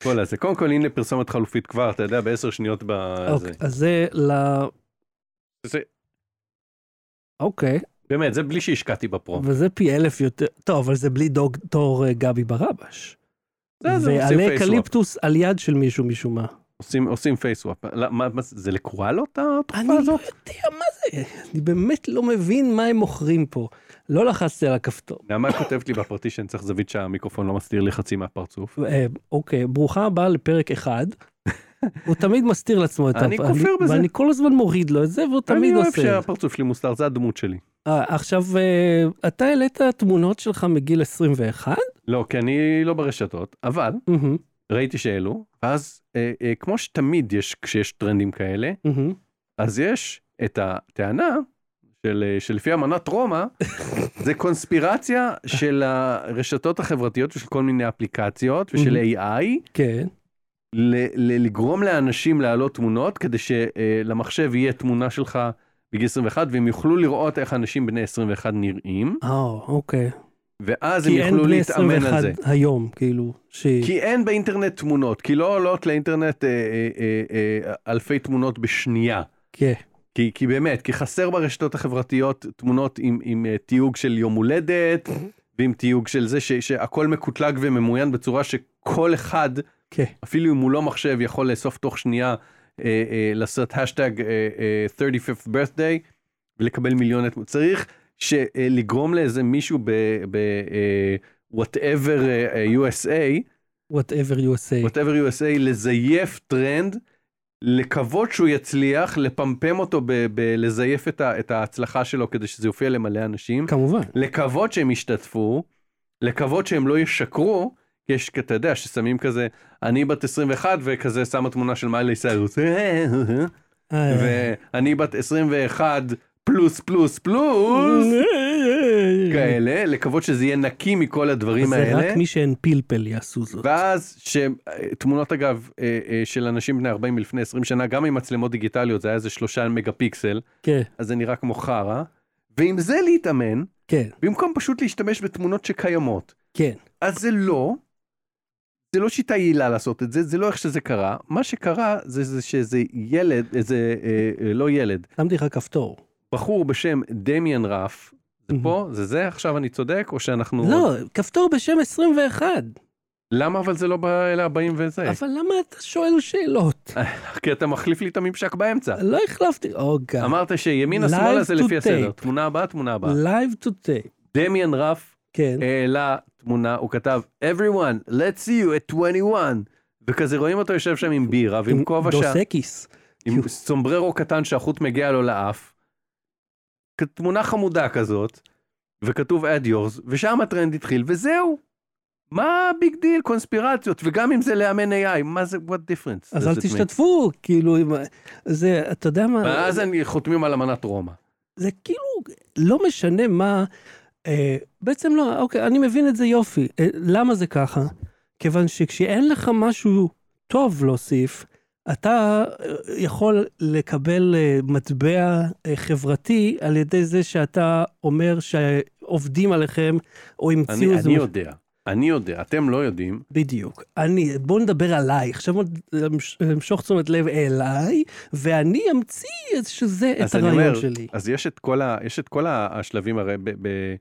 Speaker 2: כל הזה. קודם כל, הנה פרסומת חלופית כבר, אתה יודע, בעשר שניות בזה.
Speaker 1: אוקיי, אז זה ל...
Speaker 2: זה-
Speaker 1: אוקיי,
Speaker 2: באמת, זה בלי שהשקעתי בפרום.
Speaker 1: וזה פי אלף יותר, טוב, אבל זה בלי דוקטור אה, גבי ברבש.
Speaker 2: זה- זה עושים
Speaker 1: ועלי
Speaker 2: face swap.
Speaker 1: קליפטוס על יד של מישהו משום מה.
Speaker 2: עושים- עושים פייסוואפ. זה לקואלות
Speaker 1: אני
Speaker 2: התרופה
Speaker 1: לא
Speaker 2: הזאת?
Speaker 1: יודע מה זה, אני באמת לא מבין מה הם מוכרים פה. לא לחצתי על הכפתור.
Speaker 2: נעמה כותבת לי בפרטי שאני צריך זווית שהמיקרופון לא מסתיר לי חצי מהפרצוף.
Speaker 1: אה, אוקיי, ברוכה הבאה לפרק אחד. הוא תמיד מסתיר לעצמו את
Speaker 2: אני
Speaker 1: הפ-
Speaker 2: כופר בזה.
Speaker 1: ואני כל הזמן מוריד לו את זה, והוא
Speaker 2: אני
Speaker 1: תמיד
Speaker 2: אוהב
Speaker 1: עושה את זה.
Speaker 2: שהפרצוף שלי מוסתר, זה הדמות שלי.
Speaker 1: אה, עכשיו, אה, אתה העלית תמונות שלך מגיל 21?
Speaker 2: לא, כי אני לא ברשתות, אבל
Speaker 1: מהמם,
Speaker 2: ראיתי שהעלו, ואז אה, אה, כמו שתמיד יש כשיש טרנדים כאלה,
Speaker 1: מהמם.
Speaker 2: אז יש את הטענה של, אה, שלפי אמנת רומא, זה קונספירציה של הרשתות החברתיות ושל כל מיני אפליקציות ושל AI,
Speaker 1: כן,
Speaker 2: ל- ל- לגרום לאנשים להעלות תמונות כדי שלמחשב יהיה תמונה שלך בגיל 21 והם יוכלו לראות איך אנשים בני 21 נראים,
Speaker 1: אה, אוקיי.
Speaker 2: ואז הם
Speaker 1: כי אין
Speaker 2: יוכלו
Speaker 1: בני
Speaker 2: להתאמן
Speaker 1: 21
Speaker 2: על זה.
Speaker 1: היום, כאילו, ש...
Speaker 2: כי אין באינטרנט תמונות, כי לא עולות לאינטרנט אה, אה, אה, אה, אלפי תמונות בשנייה.
Speaker 1: כן.
Speaker 2: כי, כי באמת, כי חסר ברשתות החברתיות תמונות עם, עם אה, תיוג של יום הולדת, ועם תיוג של זה ש, שהכל מקוטלג וממוין בצורה שכל אחד,
Speaker 1: כן.
Speaker 2: אפילו אם הוא לא מחשב, יכול לאסוף תוך שנייה, אה, אה, לעשות השטג אה, אה, 35th birthday, ולקבל מיליון את... צריך ש, אה, לגרום לאיזה מישהו ב... ב אה, whatever אה, אה, USA,
Speaker 1: whatever you say.
Speaker 2: whatever USA, לזייף טרנד, לקוות שהוא יצליח, לפמפם אותו בלזייף את, ה- את ההצלחה שלו כדי שזה יופיע למלא אנשים,
Speaker 1: כמובן.
Speaker 2: לקוות שהם ישתתפו, לקוות שהם לא ישקרו, כי יש, אתה יודע, ששמים כזה, אני בת 21 וכזה
Speaker 1: [LAUGHS]
Speaker 2: שמה תמונה של מיילי סיירוס,
Speaker 1: אה,
Speaker 2: ואני בת 21 פלוס פלוס
Speaker 1: [LAUGHS]
Speaker 2: פלוס כאלה, לקוות שזה יהיה נקי מכל הדברים
Speaker 1: זה
Speaker 2: האלה.
Speaker 1: רק מי שאין פלפל יעשו זאת.
Speaker 2: ואז שתמונות אגב אה, אה, של אנשים בני 40 מלפני 20 שנה, גם עם מצלמות דיגיטליות, זה היה איזה שלושה מגה פיקסל,
Speaker 1: כן,
Speaker 2: אז זה נראה כמו חרא. ועם זה להתאמן,
Speaker 1: כן,
Speaker 2: במקום פשוט להשתמש בתמונות שקיימות.
Speaker 1: כן.
Speaker 2: אז זה לא, זה לא שיטה יעילה לעשות את זה, זה לא איך שזה קרה. מה שקרה זה, זה שזה ילד, איזה, אה, אה, לא ילד,
Speaker 1: שמתי לך כפתור.
Speaker 2: בחור בשם דמיאן רף, זה
Speaker 1: Mhm.
Speaker 2: פה, זה זה, עכשיו אני צודק, או שאנחנו...
Speaker 1: לא, כפתור בשם 21.
Speaker 2: למה אבל זה לא באלה הבאים וזה?
Speaker 1: אבל למה אתה שואל שאלות?
Speaker 2: כי אתה מחליף לי את הממשק באמצע.
Speaker 1: לא החלפתי. או גם.
Speaker 2: אמרת שימינה
Speaker 1: כן. Live
Speaker 2: שמאלה זה
Speaker 1: to
Speaker 2: לפי
Speaker 1: tape.
Speaker 2: הסדר, תמונה הבאה, תמונה הבאה.
Speaker 1: Live to tape.
Speaker 2: דמיאן רף
Speaker 1: כן.
Speaker 2: העלה תמונה, הוא כתב, everyone, let's see you at 21. וכזה רואים אותו יושב שם עם בירה ועם
Speaker 1: עם
Speaker 2: כובע שה...
Speaker 1: דוסקיס.
Speaker 2: עם
Speaker 1: כאילו-
Speaker 2: סומבררו קטן שהחוט מגיע לו לאף. כ- תמונה חמודה כזאת, וכתוב add yours, ושם הטרנד התחיל, וזהו. מה הביג דיל? קונספירציות, וגם אם זה לאמן AI, מה זה, what difference?
Speaker 1: אז
Speaker 2: does
Speaker 1: אל
Speaker 2: it make?
Speaker 1: תשתתפו, כאילו, עם ה- זה, אתה יודע מה,
Speaker 2: ואז אני חותמים על אמנת רומא.
Speaker 1: זה כאילו לא משנה מה, אה, בעצם לא, אוקיי, אני מבין את זה יופי. אה, למה זה ככה? כיוון שכשאין לך משהו טוב להוסיף, אתה אה, יכול לקבל אה, מטבע אה, חברתי על ידי זה שאתה אומר שעובדים עליכם או המציאו
Speaker 2: אני,
Speaker 1: איזה...
Speaker 2: אני
Speaker 1: משהו-
Speaker 2: יודע, אני יודע, אתם לא יודעים.
Speaker 1: בדיוק. אני, בוא נדבר עליי, עכשיו בוא נמש- נמשוך תשומת לב אליי, ואני אמציא את- שזה, את
Speaker 2: אז אני אומר,
Speaker 1: הרעיון שלי.
Speaker 2: אז יש את כל, ה, יש את כל ה- השלבים הרי ב- ב-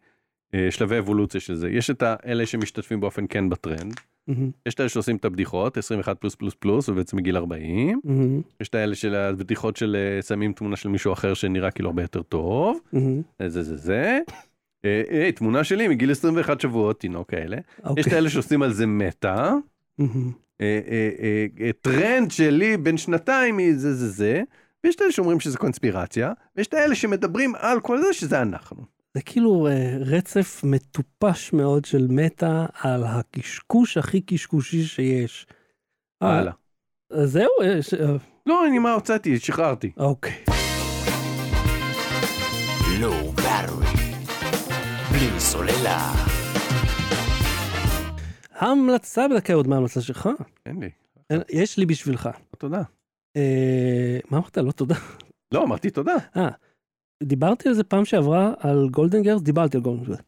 Speaker 2: אה, שלבי אבולוציה של זה. יש את האלה שמשתתפים באופן כן בטרנד,
Speaker 1: מהמם,
Speaker 2: יש את אלה שעושים את הבדיחות, 21 פלוס פלוס פלוס, ובעצם מגיל 40.
Speaker 1: מהמם,
Speaker 2: יש את האלה של הבדיחות של אה, שמים תמונה של מישהו אחר שנראה כאילו הרבה יותר טוב,
Speaker 1: מהמם.
Speaker 2: אה, זה זה זה. אה, אה, תמונה שלי מגיל 21 שבועות, תינוק כאלה. יש את
Speaker 1: אוקיי.
Speaker 2: האלה שעושים על זה מטה.
Speaker 1: מהמם.
Speaker 2: אה, אה, אה, אה, טרנד שלי בין שנתיים היא זה זה זה, ויש את אלה שאומרים שזה קונספירציה, ויש את האלה שמדברים על כל זה שזה אנחנו.
Speaker 1: זה כאילו אה, רצף מטופש מאוד של מטה על הקשקוש הכי קשקושי שיש. אה,
Speaker 2: הלאה.
Speaker 1: אז זהו? יש- אה,
Speaker 2: לא, אני מה הוצאתי, שחררתי.
Speaker 1: אוקיי.
Speaker 3: low battery, בלי סוללה.
Speaker 1: המלצה בדקה עוד מההמלצה שלך?
Speaker 2: אין לי,
Speaker 1: אין- יש לי בשבילך.
Speaker 2: לא תודה.
Speaker 1: אה, מה אמרת? לא תודה.
Speaker 2: לא, אמרתי תודה.
Speaker 1: דיברתי על זה פעם שעברה, על גולדן גרס, דיברתי על גולדן גרס.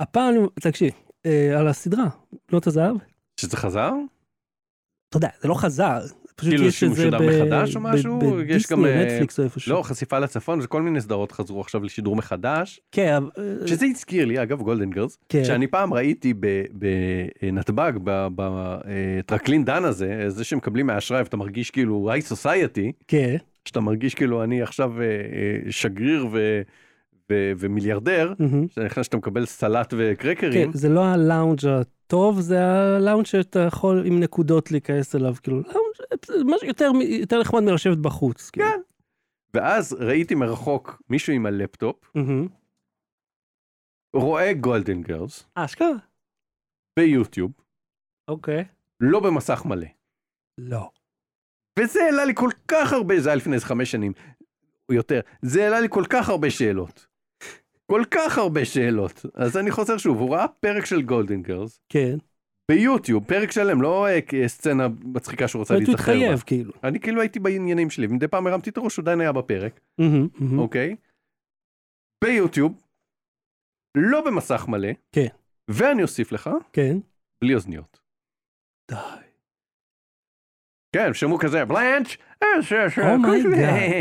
Speaker 1: הפעם, אני- תקשיב, אה, על הסדרה, בנות הזהב.
Speaker 2: שזה חזר?
Speaker 1: אתה יודע, זה לא חזר. פשוט
Speaker 2: כאילו
Speaker 1: יש
Speaker 2: שהוא
Speaker 1: את זה
Speaker 2: משודר
Speaker 1: ב-
Speaker 2: מחדש או
Speaker 1: ב-
Speaker 2: משהו?
Speaker 1: בדיסני,
Speaker 2: יש גם, אה,
Speaker 1: נטפליקס או איפשהו.
Speaker 2: לא, חשיפה לצפון, וכל מיני סדרות חזרו עכשיו לשידור מחדש.
Speaker 1: כן, אבל-
Speaker 2: שזה הזכיר לי, אגב, גולדן גרס,
Speaker 1: כן.
Speaker 2: שאני פעם ראיתי ב- בנתב"ג, בטרקלין דן הזה, זה שמקבלים מהאשראי ואתה מרגיש כאילו היי סוסייטי,
Speaker 1: כן.
Speaker 2: שאתה מרגיש כאילו אני עכשיו אה, אה, שגריר ו, ו, ומיליארדר,
Speaker 1: מהמם.
Speaker 2: שאתה נכנס שאתה מקבל סלט וקרקרים,
Speaker 1: כן, זה לא הלאונג' הטוב, זה הלאונג' שאתה יכול עם נקודות להיכנס אליו, כאילו, לאונג' משהו יותר, מ- יותר נחמד מלשבת בחוץ. כאילו.
Speaker 2: כן. ואז ראיתי מרחוק מישהו עם הלפטופ,
Speaker 1: מהמם.
Speaker 2: רואה גולדן גרס
Speaker 1: אה, אשכרה?
Speaker 2: ביוטיוב,
Speaker 1: אוקיי.
Speaker 2: לא במסך מלא.
Speaker 1: לא.
Speaker 2: וזה העלה לי כל כך הרבה, זה היה לפני איזה חמש שנים, או יותר, זה העלה לי כל כך הרבה שאלות. כל כך הרבה שאלות. אז אני חוזר שוב, הוא ראה פרק של גולדן גרס
Speaker 1: כן.
Speaker 2: ביוטיוב, פרק שלם, לא אה, כ- סצנה מצחיקה שהוא רוצה
Speaker 1: זאת אומרת, הוא
Speaker 2: להיזכר בה.
Speaker 1: התחייב, כאילו.
Speaker 2: אני כאילו הייתי בעניינים שלי, ומדי פעם הרמתי את הראש, הוא עדיין היה בפרק,
Speaker 1: מהמם, מהמם.
Speaker 2: אוקיי? ביוטיוב, לא במסך מלא,
Speaker 1: כן.
Speaker 2: ואני אוסיף לך,
Speaker 1: כן.
Speaker 2: בלי אוזניות.
Speaker 1: די.
Speaker 2: כן, שמעו כזה, בלנץ', אה, ש-
Speaker 1: Oh
Speaker 2: ש-
Speaker 1: my God.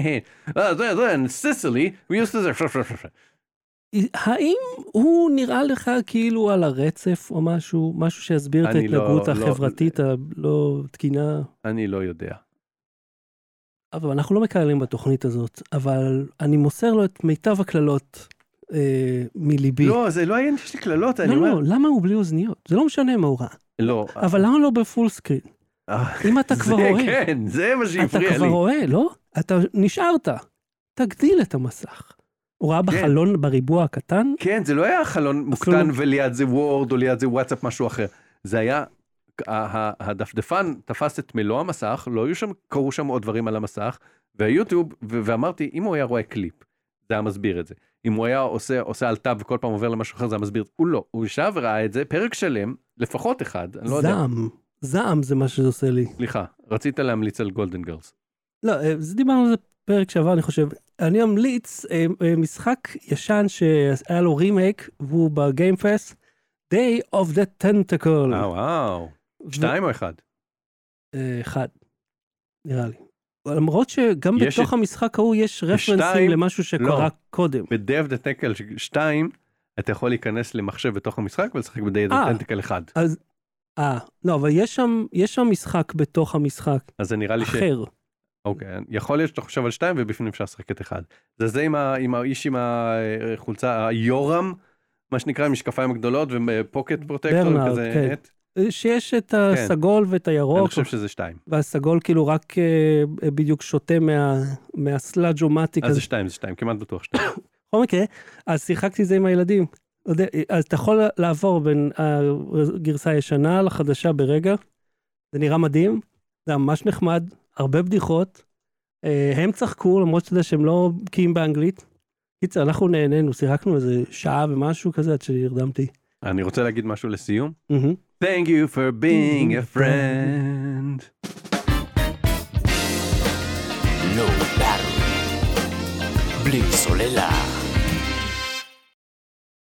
Speaker 2: [LAUGHS] אה, זה, זה, and Sicily, we used to זה, ש- ש- ש- ש-
Speaker 1: האם הוא נראה לך כאילו על הרצף או משהו, משהו שיסביר את
Speaker 2: אני לא-
Speaker 1: ההתנהגות
Speaker 2: לא-
Speaker 1: החברתית הלא תקינה?
Speaker 2: אני לא יודע.
Speaker 1: אבל אנחנו לא מקללים בתוכנית הזאת, אבל אני מוסר לו את מיטב הקללות אה, מליבי.
Speaker 2: לא, זה לא העניין שיש לי קללות, אני
Speaker 1: לא,
Speaker 2: אומר,
Speaker 1: לא, למה הוא בלי אוזניות? זה לא משנה מה הוא ראה.
Speaker 2: לא.
Speaker 1: אבל למה לא בפול
Speaker 2: [LAUGHS]
Speaker 1: סקרין?
Speaker 2: אה,
Speaker 1: אם אתה
Speaker 2: זה,
Speaker 1: כבר רואה,
Speaker 2: כן, זה מה
Speaker 1: אתה
Speaker 2: שהפריע
Speaker 1: כבר
Speaker 2: לי.
Speaker 1: רואה, לא? אתה נשארת. תגדיל את המסך. הוא ראה בחלון בריבוע הקטן?
Speaker 2: כן, זה לא היה חלון מוקטן וליד זה וורד או ליד זה וואטסאפ משהו אחר. זה היה, ה- ה- הדפדפן תפס את מלוא המסך, לא היו שם, קרו שם עוד דברים על המסך, והיוטיוב, ו- ואמרתי, אם הוא היה רואה קליפ, זה זה היה מסביר את זה. אם הוא היה עושה, עושה על טאב וכל פעם עובר למשהו אחר, זה היה מסביר. הוא לא, הוא ישב וראה את זה, פרק שלם, לפחות אחד, אני לא יודע.
Speaker 1: זעם, זעם זה מה שזה עושה לי.
Speaker 2: סליחה, רצית להמליץ על גולדן גרלס.
Speaker 1: לא, אה, זה דיברנו על זה פרק שעבר, אני חושב. אני אמליץ אה, אה, משחק ישן שהיה לו רימייק, והוא בגיימפס, Day of the Tentacle.
Speaker 2: אה, וואו.
Speaker 1: ו-
Speaker 2: שתיים או אחד?
Speaker 1: אה, אחד, נראה לי. אבל למרות שגם
Speaker 2: יש
Speaker 1: בתוך
Speaker 2: את-
Speaker 1: המשחק ההוא יש רפרנסים
Speaker 2: בשתיים-
Speaker 1: למשהו שקרה
Speaker 2: לא.
Speaker 1: קודם.
Speaker 2: בדאב דה טנקל 2, אתה יכול להיכנס למחשב בתוך המשחק ולשחק בדאב דה
Speaker 1: אה.
Speaker 2: טנקל 1.
Speaker 1: אה, לא, אבל יש שם, יש שם משחק בתוך המשחק
Speaker 2: אז זה נראה לי ש...
Speaker 1: אחר.
Speaker 2: אוקיי, יכול להיות שאתה חושב על 2 ובפנים אפשר לשחק את 1. זה זה עם ה- עם האיש עם החולצה, היורם, מה שנקרא, עם משקפיים הגדולות אה, ופוקט פרוטקטור
Speaker 1: ברנארד,
Speaker 2: וכזה.
Speaker 1: כן.
Speaker 2: נט.
Speaker 1: אה, שיש את הסגול ואת
Speaker 2: אני
Speaker 1: הירוק,
Speaker 2: חושב שזה 2.
Speaker 1: והסגול כאילו רק אה, בדיוק שותה מה, מהסלאג'ומטיק
Speaker 2: אז
Speaker 1: הזה.
Speaker 2: זה 2, זה 2, כמעט בטוח 2.
Speaker 1: בכל מקרה, אז שיחקתי את זה עם הילדים. אתה יודע, אז אתה יכול לעבור בין הגרסה הישנה לחדשה ברגע. זה נראה מדהים, זה היה ממש נחמד, הרבה בדיחות. אה, הם צחקו, למרות שאתה יודע שהם לא בקיאים באנגלית. קיצר, אנחנו נהנינו, שיחקנו איזה שעה ומשהו כזה עד שנרדמתי.
Speaker 2: אני רוצה להגיד משהו לסיום.
Speaker 1: מהמם.
Speaker 2: Thank you for being a friend.
Speaker 3: No battery. בלי סוללה.